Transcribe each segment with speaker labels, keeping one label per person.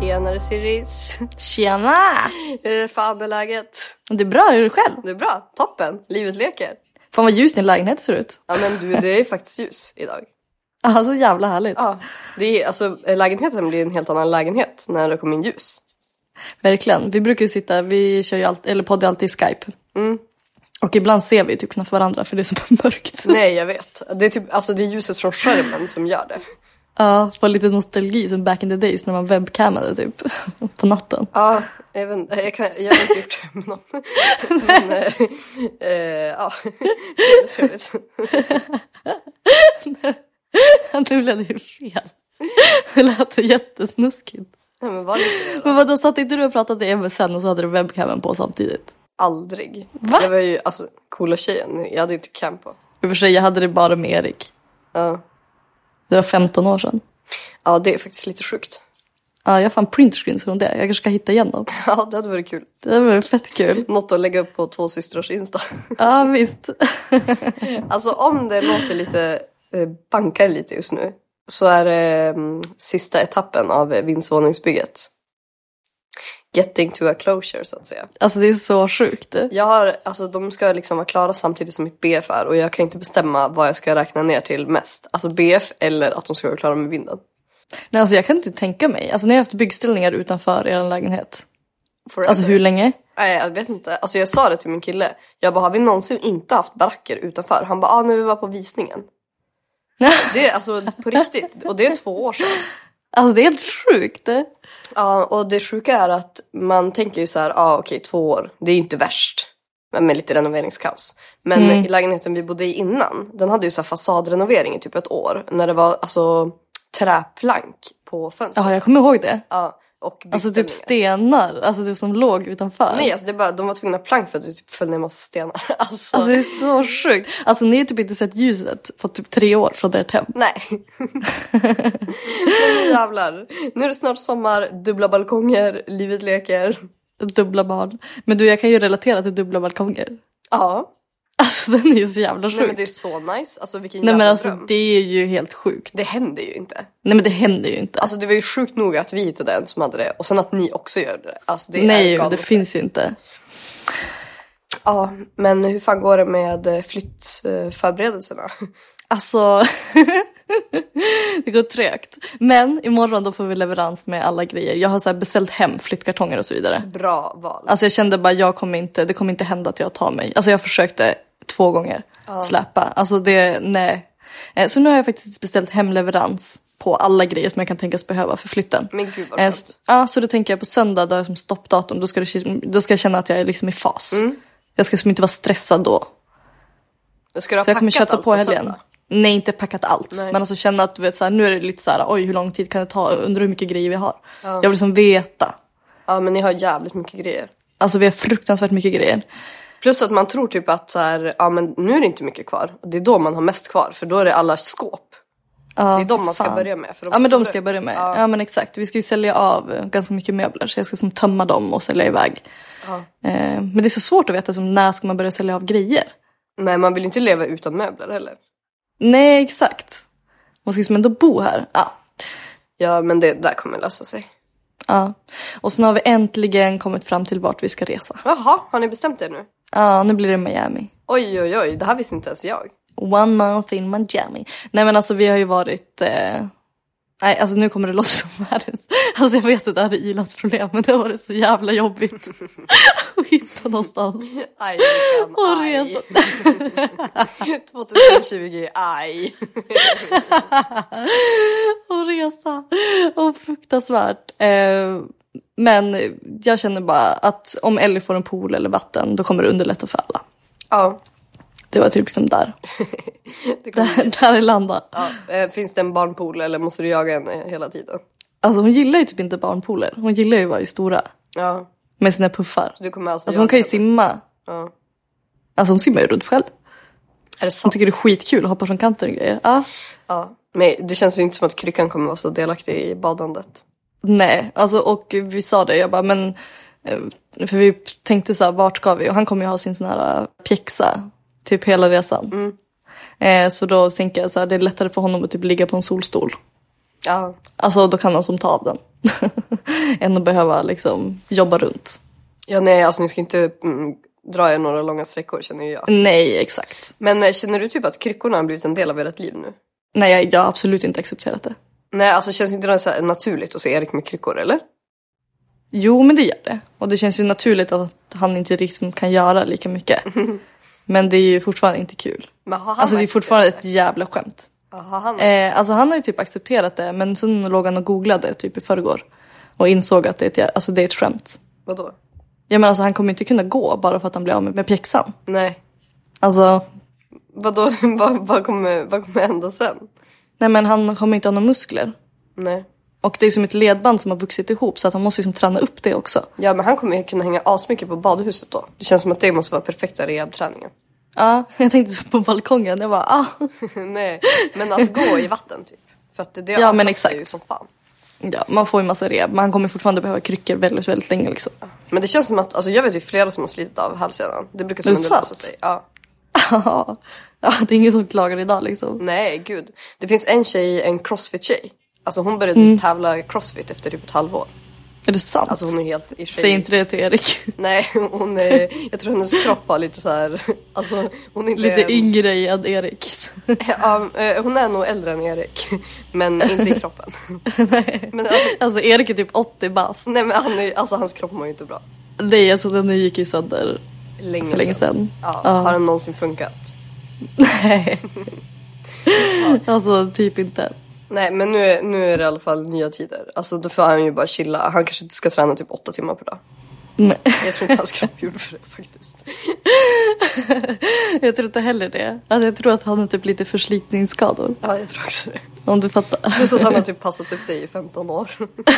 Speaker 1: Tjenare Siris!
Speaker 2: Tjena!
Speaker 1: Hur är fan är läget?
Speaker 2: Det är bra, hur är det själv?
Speaker 1: Det är bra, toppen, livet leker.
Speaker 2: Fan vad ljus din lägenhet ser ut.
Speaker 1: Ja men du, det är faktiskt ljus idag.
Speaker 2: Ja, så jävla härligt.
Speaker 1: Ja, det är, alltså, lägenheten blir en helt annan lägenhet när det kommer in ljus.
Speaker 2: Verkligen. Vi brukar ju sitta, vi kör ju alltid, eller poddar alltid i Skype.
Speaker 1: Mm.
Speaker 2: Och ibland ser vi typ knappt varandra för det är så mörkt.
Speaker 1: Nej jag vet, det är, typ, alltså, det är ljuset från skärmen som gör det.
Speaker 2: Ja, det var lite nostalgi som back in the days när man webcammade typ på natten.
Speaker 1: Ja, även, jag, kan, jag har inte gjort det med någon. Men, eh, eh, ja, det är trevligt.
Speaker 2: nu blev det ju fel. Det lät jättesnuskigt.
Speaker 1: Nej men var det inte det då?
Speaker 2: Men vadå, satt inte du och pratade i MSN och så hade du webcammen på samtidigt?
Speaker 1: Aldrig.
Speaker 2: Va?
Speaker 1: Jag var ju alltså coola tjejen, jag hade inte cam på.
Speaker 2: I och för sig, jag hade det bara med Erik.
Speaker 1: Ja.
Speaker 2: Det var 15 år sedan.
Speaker 1: ja, det är faktiskt lite sjukt.
Speaker 2: Ja, jag har fan printscreens från det. Jag kanske ska hitta igen dem.
Speaker 1: Ja, det hade varit kul.
Speaker 2: Det var fett kul.
Speaker 1: Något att lägga upp på två systrars Insta.
Speaker 2: Ja, visst.
Speaker 1: Alltså om det låter lite, eh, bankar lite just nu, så är det mm, sista etappen av eh, vindsvåningsbygget. Getting to a closure så att säga.
Speaker 2: Alltså det är så sjukt.
Speaker 1: Jag har, alltså de ska liksom vara klara samtidigt som mitt BF är och jag kan inte bestämma vad jag ska räkna ner till mest. Alltså BF eller att de ska vara klara med vinden.
Speaker 2: Nej, alltså jag kan inte tänka mig. Alltså ni har haft byggställningar utanför er lägenhet.
Speaker 1: Forever.
Speaker 2: Alltså hur länge?
Speaker 1: Nej jag vet inte. Alltså jag sa det till min kille. Jag bara har vi någonsin inte haft baracker utanför? Han bara ah, när vi var på visningen. det är alltså på riktigt och det är två år sedan.
Speaker 2: Alltså det är helt sjukt.
Speaker 1: Ja, och det sjuka är att man tänker ju så här, ja ah, okej två år, det är ju inte värst. Men med lite renoveringskaos. Men i lägenheten vi bodde i innan, den hade ju så här fasadrenovering i typ ett år. När det var alltså träplank på fönstret.
Speaker 2: Ja, jag kommer ihåg det.
Speaker 1: Ja, och
Speaker 2: Alltså
Speaker 1: byggställningar.
Speaker 2: typ stenar, alltså typ som låg utanför.
Speaker 1: Nej alltså det är bara, de var tvungna att plank för att det typ föll ner en massa stenar. Alltså,
Speaker 2: Alltså det är så sjukt. Alltså ni har typ inte sett ljuset på typ tre år från ert hem.
Speaker 1: nej. nu jävlar. Nu är det snart sommar, dubbla balkonger, livet leker.
Speaker 2: Dubbla barn. Men du, jag kan ju relatera till dubbla balkonger.
Speaker 1: Ja.
Speaker 2: Alltså den är ju så jävla sjuk.
Speaker 1: Nej men det är så nice. Alltså vilken
Speaker 2: Nej,
Speaker 1: jävla
Speaker 2: men alltså
Speaker 1: dröm.
Speaker 2: det är ju helt sjukt.
Speaker 1: det händer ju inte.
Speaker 2: Nej men det händer ju inte.
Speaker 1: Alltså det var ju sjukt nog att vi hittade en som hade det och sen att ni också gör det. Alltså det är
Speaker 2: Nej, det
Speaker 1: galet.
Speaker 2: finns ju inte.
Speaker 1: Ja, men hur fan går det med eh, flyttförberedelserna?
Speaker 2: Alltså, det går trögt. Men imorgon då får vi leverans med alla grejer. Jag har så här beställt hem flyttkartonger och så vidare.
Speaker 1: Bra val.
Speaker 2: Alltså jag kände bara, jag kommer inte, det kommer inte hända att jag tar mig. Alltså jag försökte två gånger släpa. Alltså det, nej. Eh, Så nu har jag faktiskt beställt hemleverans på alla grejer som jag kan tänkas behöva för flytten.
Speaker 1: Men gud, vad
Speaker 2: Eh,
Speaker 1: skönt.
Speaker 2: så- Ja, så då tänker jag på söndag, då har jag som stoppdatum. Då ska, det, då ska jag känna att jag är liksom i fas.
Speaker 1: Mm.
Speaker 2: Jag ska som inte vara stressad då.
Speaker 1: Ska du ha
Speaker 2: Så jag kommer
Speaker 1: packat
Speaker 2: köta
Speaker 1: allt
Speaker 2: på helgen.
Speaker 1: söndag?
Speaker 2: Nej, inte packat allt.
Speaker 1: Nej.
Speaker 2: Men alltså känna att du vet, så här, nu är det lite så här, oj hur lång tid kan det ta, undrar hur mycket grejer vi har. Jag vill liksom veta.
Speaker 1: Ja, men ni har jävligt mycket grejer.
Speaker 2: Alltså vi har fruktansvärt mycket grejer.
Speaker 1: Plus att man tror typ att så här, ja men nu är det inte mycket kvar. Och Det är då man har mest kvar för då är det alla skåp. det är de man ska börja med. För de
Speaker 2: ja men de
Speaker 1: stora-
Speaker 2: ska jag börja med.
Speaker 1: Ja.
Speaker 2: Ja. men exakt. Vi ska ju sälja av eh, ganska mycket möbler så jag ska som tömma dem och sälja iväg. Eh, men det är så svårt att veta som när ska man börja sälja av grejer.
Speaker 1: Nej man vill ju inte leva utan möbler heller.
Speaker 2: Nej exakt. Man ska ju som ändå bo här. Ja.
Speaker 1: Ja men det där kommer lösa sig.
Speaker 2: ja. Och sen har vi äntligen kommit fram till vart vi ska resa.
Speaker 1: Jaha, har ni bestämt er nu?
Speaker 2: Ja nu blir det Miami.
Speaker 1: Oj oj oj, det här visste inte ens jag.
Speaker 2: One month in Miami. Nej men alltså vi har ju varit... Eh... Nej alltså nu kommer det låta som världens... Alltså jag vet att det här är Ilans problem men det har varit så jävla jobbigt. att hitta någonstans.
Speaker 1: Aj,
Speaker 2: Och
Speaker 1: aj.
Speaker 2: resa.
Speaker 1: 2020, aj.
Speaker 2: och resa. Och fruktansvärt. Eh, men jag känner bara att om Ellie får en pool eller vatten då kommer det underlätta för alla.
Speaker 1: Ja,
Speaker 2: Det var typ liksom där.
Speaker 1: det kommer.
Speaker 2: Där, där det landade.
Speaker 1: Ja, eh, finns det en barnpool eller måste du jaga en eh, hela tiden?
Speaker 2: Alltså hon gillar ju typ inte barnpooler. Hon gillar ju att vara i stora.
Speaker 1: Ja,
Speaker 2: Med sina puffar.
Speaker 1: du kommer alltså,
Speaker 2: Alltså hon kan ju
Speaker 1: jaga den.
Speaker 2: simma.
Speaker 1: Ja.
Speaker 2: Alltså hon simmar ju runt själv.
Speaker 1: Är det
Speaker 2: Hon
Speaker 1: sant?
Speaker 2: tycker det är skitkul att hoppa från kanten och grejer. Ja.
Speaker 1: Ja. Men det känns ju inte som att kryckan kommer vara så delaktig i badandet.
Speaker 2: Nej, alltså och vi sa det, jag bara men... eh, För vi tänkte så här, vart ska vi? Och han kommer ju ha sin sån här eh, pjäxa typ hela resan. Eh, så då tänker jag så här, det är lättare för honom att typ ligga på en solstol.
Speaker 1: Ja,
Speaker 2: Alltså då kan han som ta av den. Än att behöva liksom jobba runt.
Speaker 1: ja nej alltså ni ska inte mm, dra er några långa sträckor känner ju jag.
Speaker 2: Nej, exakt.
Speaker 1: Men eh, känner du typ att kryckorna har blivit en del av ert liv nu?
Speaker 2: Nej, jag, jag har absolut inte accepterat det.
Speaker 1: Nej, alltså känns inte det så här naturligt att se Erik med kryckor eller?
Speaker 2: Jo, men det gör det. Och det känns ju naturligt att han inte liksom kan göra lika mycket. Men det är ju fortfarande inte kul.
Speaker 1: Men har han
Speaker 2: Alltså det är
Speaker 1: märkt
Speaker 2: fortfarande ett jävla skämt.
Speaker 1: Ja, Har han
Speaker 2: Eh, alltså han har ju typ accepterat det men sen låg han och googlade typ i förrgår och insåg att det är ett, jä- alltså, det är ett skämt.
Speaker 1: Vadå?
Speaker 2: Jag menar alltså han kommer ju inte kunna gå bara för att han blir av med, med pjäxan.
Speaker 1: Nej.
Speaker 2: Alltså,
Speaker 1: Vadå? vad, vad, kommer, vad kommer hända sen?
Speaker 2: nej men han kommer inte ha några muskler.
Speaker 1: Nej.
Speaker 2: Och det är som ett ledband som har vuxit ihop så att han måste ju liksom träna upp det också.
Speaker 1: Ja, men han kommer ju kunna hänga asmycket på badhuset då. Det känns som att det måste vara perfekta rehabträningen.
Speaker 2: Ja, jag tänkte så på balkongen, jag bara ah.
Speaker 1: Nej, men att gå i vatten typ. För att det, det
Speaker 2: Ja, men
Speaker 1: avlastar
Speaker 2: exakt.
Speaker 1: ju som fan.
Speaker 2: Ja, man får ju massa reb men han kommer fortfarande behöva kryckor väldigt, väldigt länge liksom.
Speaker 1: Men det känns som att, alltså jag vet ju flera som har slitit av hälsenan. Det brukar som
Speaker 2: Är det
Speaker 1: ändå lösa
Speaker 2: sant?
Speaker 1: sig. Ja.
Speaker 2: ja, det är ingen som klagar idag liksom.
Speaker 1: Nej, gud. Det finns en tjej, en crossfit-tjej. Alltså hon började
Speaker 2: Mm.
Speaker 1: tävla crossfit efter typ ett halvår.
Speaker 2: Är det sant?
Speaker 1: Alltså hon är helt i
Speaker 2: Säg inte det till Erik.
Speaker 1: Nej, hon är, jag tror hennes kropp har lite så här, alltså hon är inte...
Speaker 2: Lite yngre än Erik.
Speaker 1: Ja, eh, hon är nog äldre än Erik, men inte i kroppen. men alltså,
Speaker 2: Alltså Erik är typ 80 bast.
Speaker 1: nej, men han är, alltså, hans kropp mår ju inte bra.
Speaker 2: Nej alltså den gick ju sönder
Speaker 1: Länge,
Speaker 2: för länge sedan.
Speaker 1: Ja,
Speaker 2: Ja.
Speaker 1: Har den någonsin funkat?
Speaker 2: Nej. alltså typ inte.
Speaker 1: Nej, men nu är, nu är det i alla fall nya tider. Alltså då får han ju bara chilla. Han kanske inte ska träna typ åtta timmar per dag.
Speaker 2: Nej.
Speaker 1: Jag tror inte hans kropp gjorde för det faktiskt.
Speaker 2: Jag tror inte heller det. Alltså jag tror att han har typ lite förslitningsskador.
Speaker 1: Ja, jag tror också det.
Speaker 2: Om du fattar.
Speaker 1: Plus att han har typ passat upp dig i 15 år. Inte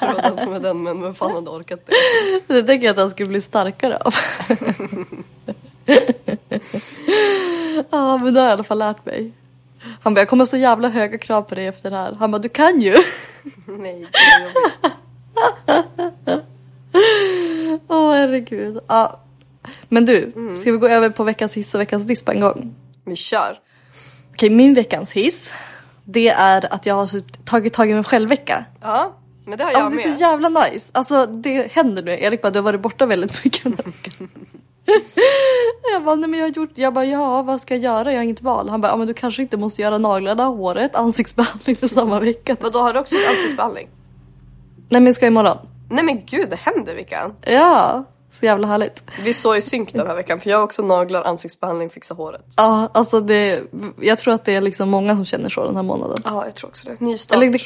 Speaker 1: för att vara den som är den, men vem fan hade orkat det?
Speaker 2: Det tänker jag att han skulle bli starkare av. Ja men det har jag i alla fall lärt mig. Han bara jag kommer ha så jävla höga krav på dig efter det här. Han bara du kan ju.
Speaker 1: Nej, det är jobbigt.
Speaker 2: Åh herregud. Ja. Men du, ska vi gå över på veckans hiss och veckans diss på en gång?
Speaker 1: Vi kör.
Speaker 2: Okej, min veckans hiss. Det är att jag har typ tagit tag i mig själv-vecka.
Speaker 1: Ja, men det har jag
Speaker 2: Alltså det är
Speaker 1: med.
Speaker 2: så jävla nice. Alltså det händer nu. Erik bara, du har varit borta väldigt mycket den här veckan. Jag bara, nej men jag har gjort, jag bara, ja vad ska jag göra? Jag har inget val. Han bara, ja men du kanske inte måste göra naglarna, håret, ansiktsbehandling för samma vecka.
Speaker 1: Vadå, har du också ansiktsbehandling?
Speaker 2: Nej men jag ska imorgon.
Speaker 1: Nej men gud, det händer Vickan.
Speaker 2: Ja, så jävla härligt.
Speaker 1: Vi såg i synk den här veckan för jag har också naglar, ansiktsbehandling, fixa håret.
Speaker 2: Ja, alltså det, jag tror att det är liksom många som känner så den här månaden.
Speaker 1: Ja, jag tror också det. Nystart.
Speaker 2: Eller det,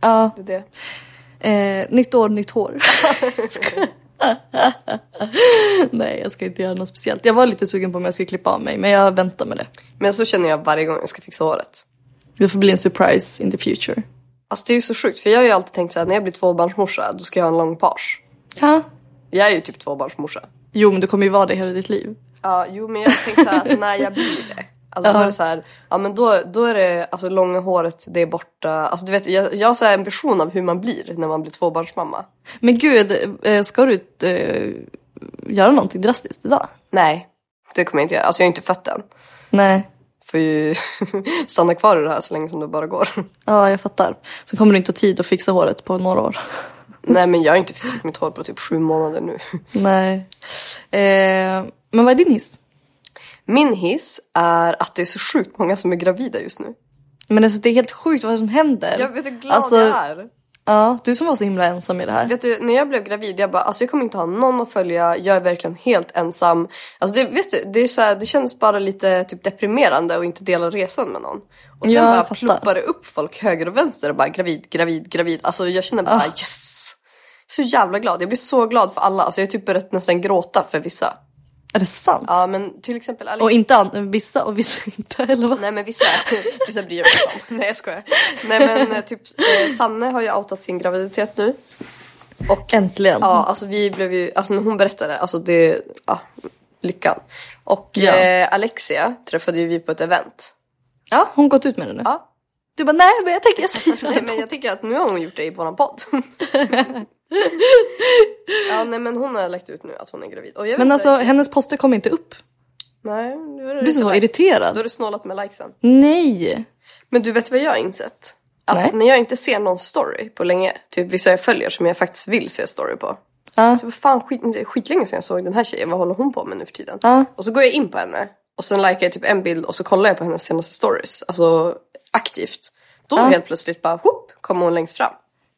Speaker 2: ja,
Speaker 1: det, är det.
Speaker 2: Eh, nytt år, nytt hår. Nej, jag ska inte göra något speciellt. Jag var lite sugen på om jag skulle klippa av mig, men jag väntar med det.
Speaker 1: Men så känner jag varje gång jag ska fixa håret.
Speaker 2: Det får bli en surprise in the future.
Speaker 1: Alltså det är ju så sjukt för jag har ju alltid tänkt så här, när jag blir tvåbarnsmorsa då ska jag ha en lång page.
Speaker 2: Ja.
Speaker 1: Jag är ju typ tvåbarnsmorsa.
Speaker 2: Jo, men du kommer ju vara det hela ditt liv.
Speaker 1: Ja, jo men jag har tänkt så här, att när jag blir det. Alltså då är det så här, ja men då, då är det alltså långa håret, det är borta. Alltså du vet, jag, jag har så här en vision av hur man blir när man blir tvåbarnsmamma.
Speaker 2: Men gud, eh, ska du eh, göra någonting drastiskt idag?
Speaker 1: Nej, det kommer jag inte göra. Alltså jag är inte fött än.
Speaker 2: Nej.
Speaker 1: Får ju stanna kvar i det här så länge som det bara går.
Speaker 2: Ja, jag fattar. Så kommer du inte ha tid att fixa håret på några år.
Speaker 1: Nej men jag har inte fixat mitt hår på typ sju månader nu.
Speaker 2: Nej. Eh, men vad är din hiss?
Speaker 1: Min hiss är att det är så sjukt många som är gravida just nu.
Speaker 2: Men alltså, det är helt sjukt vad som händer.
Speaker 1: Jag vet hur glad
Speaker 2: Alltså,
Speaker 1: jag är.
Speaker 2: Ja, du som var så himla ensam i det här.
Speaker 1: Vet du, när jag blev gravid, jag bara, alltså jag kommer inte ha någon att följa, jag är verkligen helt ensam. Alltså det, vet du, det, är så här, det känns bara lite typ deprimerande att inte dela resan med någon. Och sen
Speaker 2: Ja, jag
Speaker 1: bara
Speaker 2: fattar.
Speaker 1: ploppar det upp folk höger och vänster och bara gravid, gravid, gravid. Alltså jag känner bara
Speaker 2: Ah.
Speaker 1: yes! Så jävla glad, jag blir så glad för alla. Alltså jag har typ börjat nästan gråta för vissa.
Speaker 2: Är det sant?
Speaker 1: Ja men till exempel Alex.
Speaker 2: Och inte an- vissa och vissa inte, eller vad?
Speaker 1: Nej men vissa, vissa bryr jag mig inte om. Nej jag skojar. Nej men eh, typ eh, Sanne har ju outat sin graviditet nu. Och
Speaker 2: Äntligen.
Speaker 1: Ja, alltså vi blev ju, alltså när hon berättade, alltså det, ja, lyckan. Och
Speaker 2: Ja.
Speaker 1: eh, Alexia träffade ju vi på ett event.
Speaker 2: Ja, hon har gått ut med det nu.
Speaker 1: Ja.
Speaker 2: Du bara, nej men jag tänker jag säger det.
Speaker 1: Nej men jag tycker att nu har hon gjort det i våran podd. ja nej men hon har lagt ut nu att hon är gravid. Och jag vet
Speaker 2: Men
Speaker 1: inte-
Speaker 2: alltså hennes poster kom inte upp.
Speaker 1: Nej, nu är det
Speaker 2: Du blir så
Speaker 1: lite- Då har
Speaker 2: irriterad.
Speaker 1: du snålat med likesen.
Speaker 2: Nej.
Speaker 1: Men du vet vad jag har insett? Att
Speaker 2: Nej.
Speaker 1: när jag inte ser någon story på länge, typ vissa jag följer som jag faktiskt vill se story på.
Speaker 2: Ja.
Speaker 1: Så vad Alltså, fan, skit, det är skitlänge sedan jag såg den här tjejen, vad håller hon på med nu för tiden?
Speaker 2: Ja.
Speaker 1: Och så går jag in på henne och sen likar jag typ en bild och så kollar jag på hennes senaste stories, alltså aktivt. Då
Speaker 2: Ja.
Speaker 1: helt plötsligt bara, hopp, kommer hon längst fram.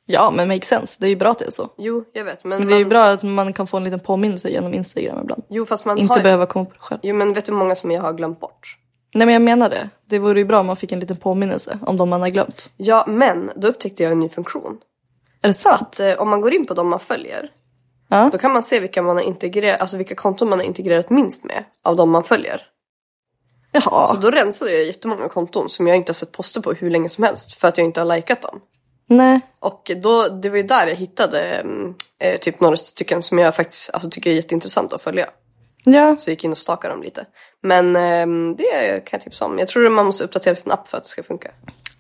Speaker 2: ja, men makes sense. Det är ju bra att det är så.
Speaker 1: Jo, jag vet, men,
Speaker 2: Men det är ju
Speaker 1: man-
Speaker 2: bra att man kan få en liten påminnelse genom Instagram ibland.
Speaker 1: Jo, fast man
Speaker 2: Inte
Speaker 1: har...
Speaker 2: behöva komma på det själv.
Speaker 1: Jo, men vet du hur många som jag har glömt bort?
Speaker 2: Nej men jag menar det. Det vore ju bra om man fick en liten påminnelse om de man har glömt.
Speaker 1: Ja, men då upptäckte jag en ny funktion.
Speaker 2: Är det sant?
Speaker 1: Så, eh, om man går in på dem man följer,
Speaker 2: Ja.
Speaker 1: då kan man se vilka man har integrerat, alltså vilka konton man har integrerat minst med av de man följer.
Speaker 2: Jaha.
Speaker 1: Så då rensade jag jättemånga konton som jag inte har sett poster på hur länge som helst för att jag inte har likat dem.
Speaker 2: Nej.
Speaker 1: Och då, det var ju där jag hittade mm, eh, typ några stycken som jag faktiskt alltså, tycker är jätteintressant att följa.
Speaker 2: Ja.
Speaker 1: Så jag gick in och stalkade dem lite. Men ehm, det kan jag tipsa om. Jag tror att man måste uppdatera sin app för att det ska funka.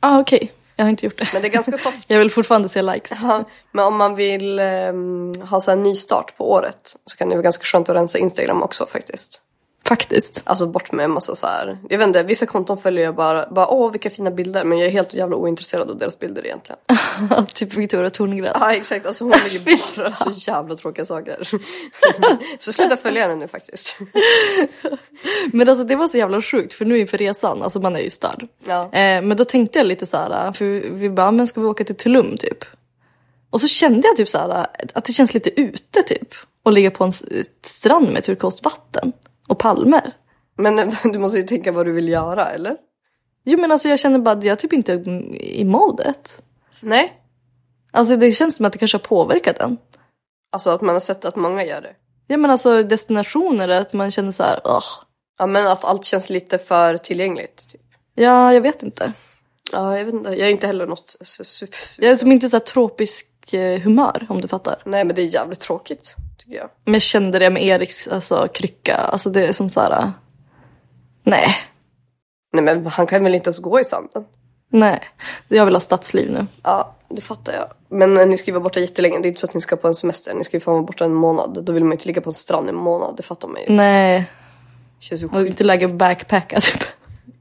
Speaker 2: Ah, okej. Jag har inte gjort det.
Speaker 1: Men det är ganska soft.
Speaker 2: Jag vill fortfarande se likes.
Speaker 1: Ja, Men om man vill ehm, ha så här nystart på året så kan det vara ganska skönt att rensa Instagram också faktiskt.
Speaker 2: Faktiskt.
Speaker 1: Alltså bort med en massa så här. Jag vet inte, vissa konton följer jag bara, bara åh vilka fina bilder. Men jag är helt jävla ointresserad av deras bilder egentligen.
Speaker 2: typ Victoria Torngren.
Speaker 1: Ja exakt, alltså hon lägger bara så jävla tråkiga saker. så sluta följa henne nu faktiskt.
Speaker 2: Men alltså det var så jävla sjukt för nu inför resan, alltså man är ju störd.
Speaker 1: Ja.
Speaker 2: Eh, men då tänkte jag lite så här, för vi, vi bara, men ska vi åka till Tulum typ? Och så kände jag typ så här att det känns lite ute typ. Och ligga på en s- strand med turkost vatten och palmer.
Speaker 1: Men eh, du måste ju tänka vad du vill göra eller?
Speaker 2: Jo men alltså jag känner bara att jag typ inte är i modet.
Speaker 1: Nej.
Speaker 2: Alltså det känns som att det kanske har påverkat en.
Speaker 1: Alltså att man har sett att många gör det.
Speaker 2: Ja men alltså destinationer, att man känner så här, "Ugh."
Speaker 1: Ja men att allt känns lite för tillgängligt. Typ.
Speaker 2: ja jag vet inte.
Speaker 1: Ja jag vet inte, jag är inte heller något så super, super.
Speaker 2: Jag är som inte så här tropisk eh, humör om du fattar.
Speaker 1: Nej men det är jävligt tråkigt tycker jag.
Speaker 2: Men jag kände det med Eriks alltså, krycka. Alltså det är som så här. Nej,
Speaker 1: Nej men han kan väl inte ens gå i sanden?
Speaker 2: nej. Jag vill ha stadsliv nu.
Speaker 1: Ja det fattar jag. Men eh, ni ska ju vara borta jättelänge, det är inte så att ni ska på en semester. Ni ska ju fan vara borta en månad. Då vill man ju inte ligga på en strand i en månad, det fattar man ju.
Speaker 2: Nej,
Speaker 1: Känns ju
Speaker 2: jag vill
Speaker 1: sjukt.
Speaker 2: inte lägga backpacka typ.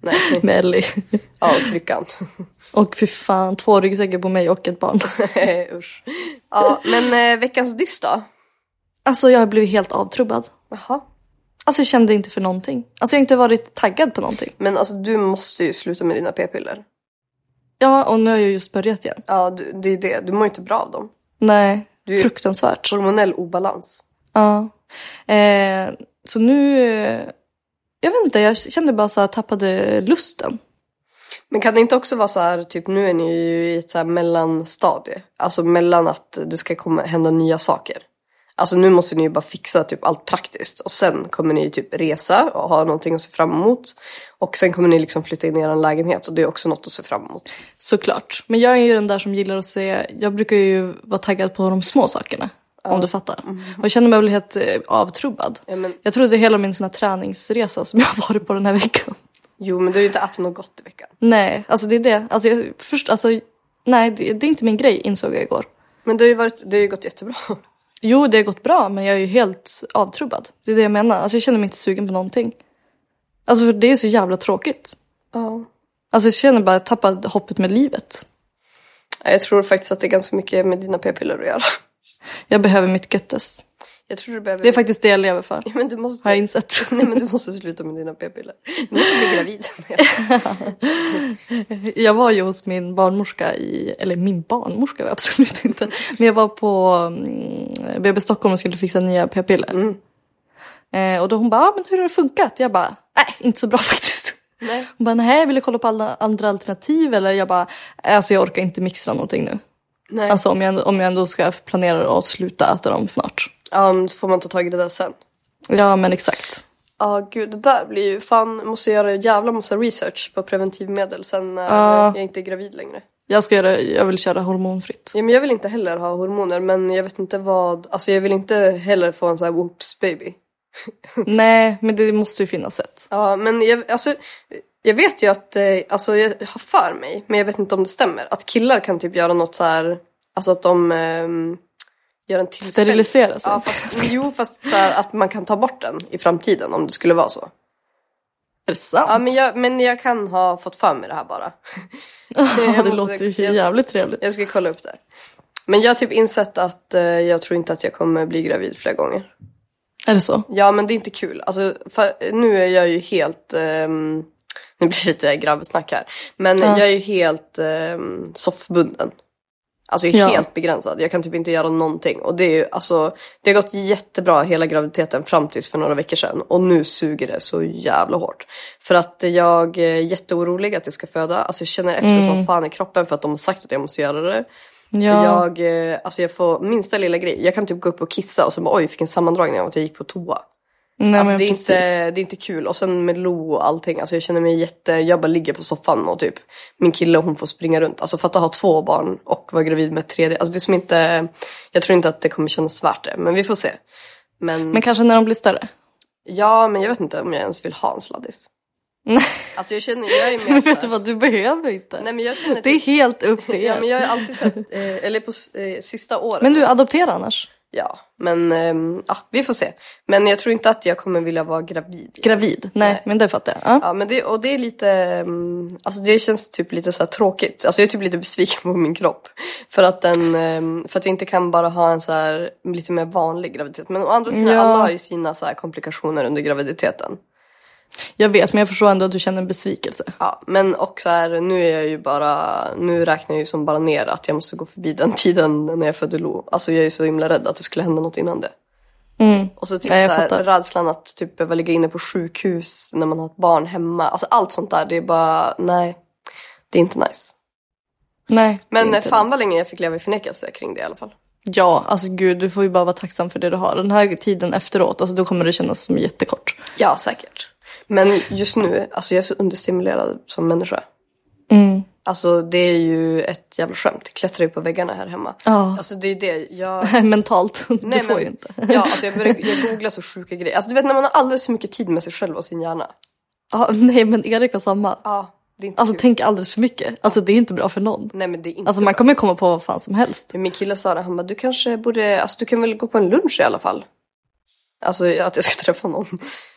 Speaker 1: Nej.
Speaker 2: Med Ellie.
Speaker 1: Ja och kryckan.
Speaker 2: Och fy fan, två ryggsäckar på mig och ett barn.
Speaker 1: Usch. Ja men eh, veckans diss då?
Speaker 2: Alltså jag har blivit helt avtrubbad.
Speaker 1: Jaha.
Speaker 2: Alltså jag kände inte för någonting. Alltså jag har inte varit taggad på någonting.
Speaker 1: Men alltså du måste ju sluta med dina p-piller.
Speaker 2: Ja, och nu har jag just börjat igen.
Speaker 1: Ja, du, det är det. Du mår inte bra av dem.
Speaker 2: Nej,
Speaker 1: Du-
Speaker 2: fruktansvärt.
Speaker 1: Hormonell obalans.
Speaker 2: Ja. Eh, så nu... eh, Jag vet inte, jag kände bara så här, tappade lusten.
Speaker 1: Men kan det inte också vara så här, typ nu är ni ju i ett så här mellanstadie. Alltså mellan att det ska komma, hända nya saker. Alltså nu måste ni ju bara fixa typ allt praktiskt. Och sen kommer ni ju typ resa och ha någonting att se fram emot. Och sen kommer ni liksom flytta in i er lägenhet och det är också något att se fram emot.
Speaker 2: Såklart. Men jag är ju den där som gillar att se, jag brukar ju vara taggad på de små sakerna. Om du fattar. Och jag känner mig väl helt eh, avtrubbad.
Speaker 1: Mm. Ja, men-
Speaker 2: Jag trodde hela min sån här träningsresa som jag har varit på den här veckan.
Speaker 1: Jo men du har ju inte ätit något gott i veckan.
Speaker 2: Nej, alltså det är det. Alltså, jag, först, alltså, nej, det, det är inte min grej insåg jag igår.
Speaker 1: Men det har ju, varit, det har ju gått jättebra.
Speaker 2: Jo, det har gått bra, men jag är ju helt avtrubbad. Det är det jag menar. Alltså, jag känner mig inte sugen på någonting. Alltså, för det är så jävla tråkigt.
Speaker 1: Ja.
Speaker 2: Alltså, jag känner bara att jag tappar hoppet med livet.
Speaker 1: Jag tror faktiskt att det är ganska mycket med dina p-piller att göra.
Speaker 2: Jag behöver mitt göttes.
Speaker 1: Jag tror du behöver...
Speaker 2: Det är faktiskt det jag lever för,
Speaker 1: Ja, Men du måste...
Speaker 2: har jag insett.
Speaker 1: Nej men du måste sluta med dina p-piller. Du måste bli gravid.
Speaker 2: Jag var ju hos min barnmorska, i, eller min barnmorska var jag absolut inte. Men jag var på mm, BB Stockholm och skulle fixa nya p-piller. Eh, och då hon bara, ah, men hur har det funkat? Jag bara, nej inte så bra faktiskt.
Speaker 1: Nej.
Speaker 2: Hon bara, nej jag ville kolla på alla andra alternativ eller jag bara, alltså jag orkar inte mixa någonting nu.
Speaker 1: Nej.
Speaker 2: Alltså om jag, om jag ändå ska planera att sluta äta dem snart.
Speaker 1: Ja men um, så får man ta tag i det där sen.
Speaker 2: Ja men exakt.
Speaker 1: Ja gud det där blir ju fan. Måste göra en jävla massa research på preventivmedel sen när
Speaker 2: Ja.
Speaker 1: jag inte är gravid längre.
Speaker 2: Jag, ska göra, jag vill köra hormonfritt.
Speaker 1: Ja, men jag vill inte heller ha hormoner men jag vet inte vad. Alltså jag vill inte heller få en sån här whoops baby.
Speaker 2: Nej men det måste ju finnas sätt.
Speaker 1: Ja, men jag, alltså, jag vet ju att, eh, alltså jag har för mig, men jag vet inte om det stämmer, att killar kan typ göra något så här, alltså att de ehm, gör en tillfällig...
Speaker 2: Sterilisera sig.
Speaker 1: Ja, fast, jo, fast så här, att man kan ta bort den i framtiden om det skulle vara så.
Speaker 2: Är det sant?
Speaker 1: Ja, men jag, men jag kan ha fått för mig det här bara.
Speaker 2: Ja,
Speaker 1: Jag
Speaker 2: det
Speaker 1: måste-
Speaker 2: låter ju
Speaker 1: jag-
Speaker 2: jävligt trevligt.
Speaker 1: Jag ska kolla upp det. Men jag har typ insett att eh, jag tror inte att jag kommer bli gravid flera gånger.
Speaker 2: Är det så?
Speaker 1: Ja men det är inte kul. Alltså, för, nu är jag ju helt, ehm, nu blir det lite grabbsnack här. Men
Speaker 2: Ja.
Speaker 1: jag är ju helt um, soffbunden. Alltså jag är
Speaker 2: Ja.
Speaker 1: helt begränsad. Jag kan typ inte göra någonting. Och det är ju alltså, det har gått jättebra hela graviditeten fram tills för några veckor sedan. Och nu suger det så jävla hårt. För att jag är jätteorolig att jag ska föda. Alltså jag känner efter som fan i kroppen för att de har sagt att jag måste göra det.
Speaker 2: Mm. Ja.
Speaker 1: Jag, eh, alltså jag får minsta lilla grej. Jag kan typ gå upp och kissa och så bara oj fick en sammandragning av att jag gick på toa.
Speaker 2: Nej,
Speaker 1: alltså
Speaker 2: men
Speaker 1: det är,
Speaker 2: precis.
Speaker 1: inte, det är inte kul. Och sen med Lo och allting. Alltså jag känner mig jätte, jag bara ligger på soffan och typ min kille och hon får springa runt. Alltså fatta ha två barn och vara gravid med ett tredje. Alltså det är som inte, jag tror inte att det kommer kännas värt det. Men vi får se. Men,
Speaker 2: Men kanske när de blir större.
Speaker 1: ja men jag vet inte om jag ens vill ha en sladdis.
Speaker 2: Nej.
Speaker 1: Alltså jag känner, jag är
Speaker 2: Men
Speaker 1: mer
Speaker 2: vet
Speaker 1: såhär.
Speaker 2: du vad, du behöver inte.
Speaker 1: Nej men jag känner
Speaker 2: Det är
Speaker 1: typ,
Speaker 2: helt upp till er.
Speaker 1: ja men
Speaker 2: men,
Speaker 1: jag har alltid sett, eh, eller på s- eh, sista året.
Speaker 2: du, adoptera annars.
Speaker 1: Ja, men ehm, ja, vi får se. Men jag tror inte att jag kommer vilja vara gravid.
Speaker 2: Gravid? Nej, men det fattar jag. Ja.
Speaker 1: Ja, men det, och det är lite, ehm, alltså det känns typ lite så här tråkigt. Alltså jag är typ lite besviken på min kropp. För att, den, ehm, för att jag inte kan bara ha en så här lite mer vanlig graviditet. Men å andra sidan,
Speaker 2: Ja.
Speaker 1: alla har ju sina så här komplikationer under graviditeten.
Speaker 2: Jag vet, men jag förstår ändå att du känner en besvikelse.
Speaker 1: Ja, men och så här, nu är jag ju bara, nu räknar jag ju som bara ner att jag måste gå förbi den tiden när jag födde Lo. Alltså jag är ju så himla rädd att det skulle hända något innan det.
Speaker 2: Mm.
Speaker 1: Och så typ
Speaker 2: Nej, jag
Speaker 1: så här,
Speaker 2: fattar.
Speaker 1: rädslan att typ behöva ligga inne på sjukhus när man har ett barn hemma. Alltså allt sånt där, det är bara, nej. Det är inte nice.
Speaker 2: Nej. det är
Speaker 1: Men
Speaker 2: inte
Speaker 1: fan
Speaker 2: det.
Speaker 1: vad länge jag fick leva i förnekelse kring det i alla fall.
Speaker 2: Ja, alltså gud, du får ju bara vara tacksam för det du har. Den här tiden efteråt, alltså då kommer det kännas som jättekort.
Speaker 1: Ja, säkert. Men just nu, alltså jag är så understimulerad som människa.
Speaker 2: Mm.
Speaker 1: Alltså det är ju ett jävla skämt. Jag klättrar ju på väggarna här hemma.
Speaker 2: Ja.
Speaker 1: Alltså det är ju det, jag...
Speaker 2: Mentalt, du
Speaker 1: Nej,
Speaker 2: får
Speaker 1: men-
Speaker 2: ju inte.
Speaker 1: Ja, alltså jag, börjar, jag googlar så sjuka grejer. Alltså du vet när man har alldeles för mycket tid med sig själv och sin hjärna.
Speaker 2: Ja, nej, men Erik har samma.
Speaker 1: Ja, det är inte
Speaker 2: Alltså
Speaker 1: kul.
Speaker 2: tänk alldeles för mycket. Alltså det är inte bra för någon.
Speaker 1: Nej men det är inte
Speaker 2: Alltså man
Speaker 1: bra.
Speaker 2: kommer ju komma på vad fan som helst.
Speaker 1: Min kille sa det, han bara du kanske borde, alltså du kan väl gå på en lunch i alla fall? Alltså att jag ska träffa någon.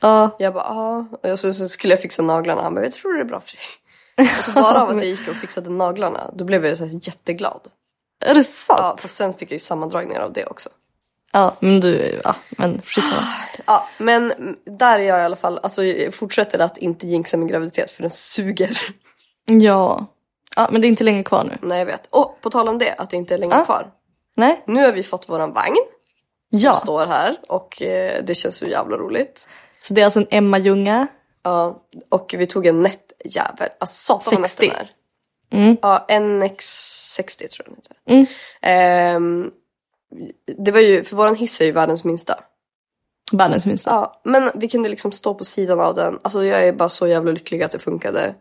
Speaker 2: Ja,
Speaker 1: Jag bara ja. Och så, så skulle jag fixa naglarna, han bara jag tror det är bra för dig. Alltså bara av att jag gick och fixade naglarna, då blev jag så här jätteglad.
Speaker 2: är det
Speaker 1: Ja,
Speaker 2: sant?
Speaker 1: fast sen fick jag ju sammandragningar av det också.
Speaker 2: Ja, men du, ja, men skitsamma.
Speaker 1: Ja, men där är jag i alla fall, alltså jag fortsätter att inte jinxa min graviditet för den suger.
Speaker 2: Ja. ja, men det är inte länge kvar nu.
Speaker 1: Nej jag vet. Och på tal om det, att det inte är längre
Speaker 2: Ja.
Speaker 1: kvar.
Speaker 2: Nej,
Speaker 1: Nu har vi fått våran vagn som
Speaker 2: ja.
Speaker 1: står här och eh, det känns så jävla roligt.
Speaker 2: Så det är alltså en Emma Ljunga.
Speaker 1: Ja, och vi tog en nättjävel. Alltså satan vad nätt
Speaker 2: 60.
Speaker 1: den är.
Speaker 2: Mm.
Speaker 1: Ja, NX60 tror jag den heter.
Speaker 2: Mm.
Speaker 1: Ehm, det var ju, för våran hiss är ju världens minsta.
Speaker 2: Världens minsta.
Speaker 1: Ja, men vi kunde liksom stå på sidan av den. Alltså jag är bara så jävla lycklig att det funkade.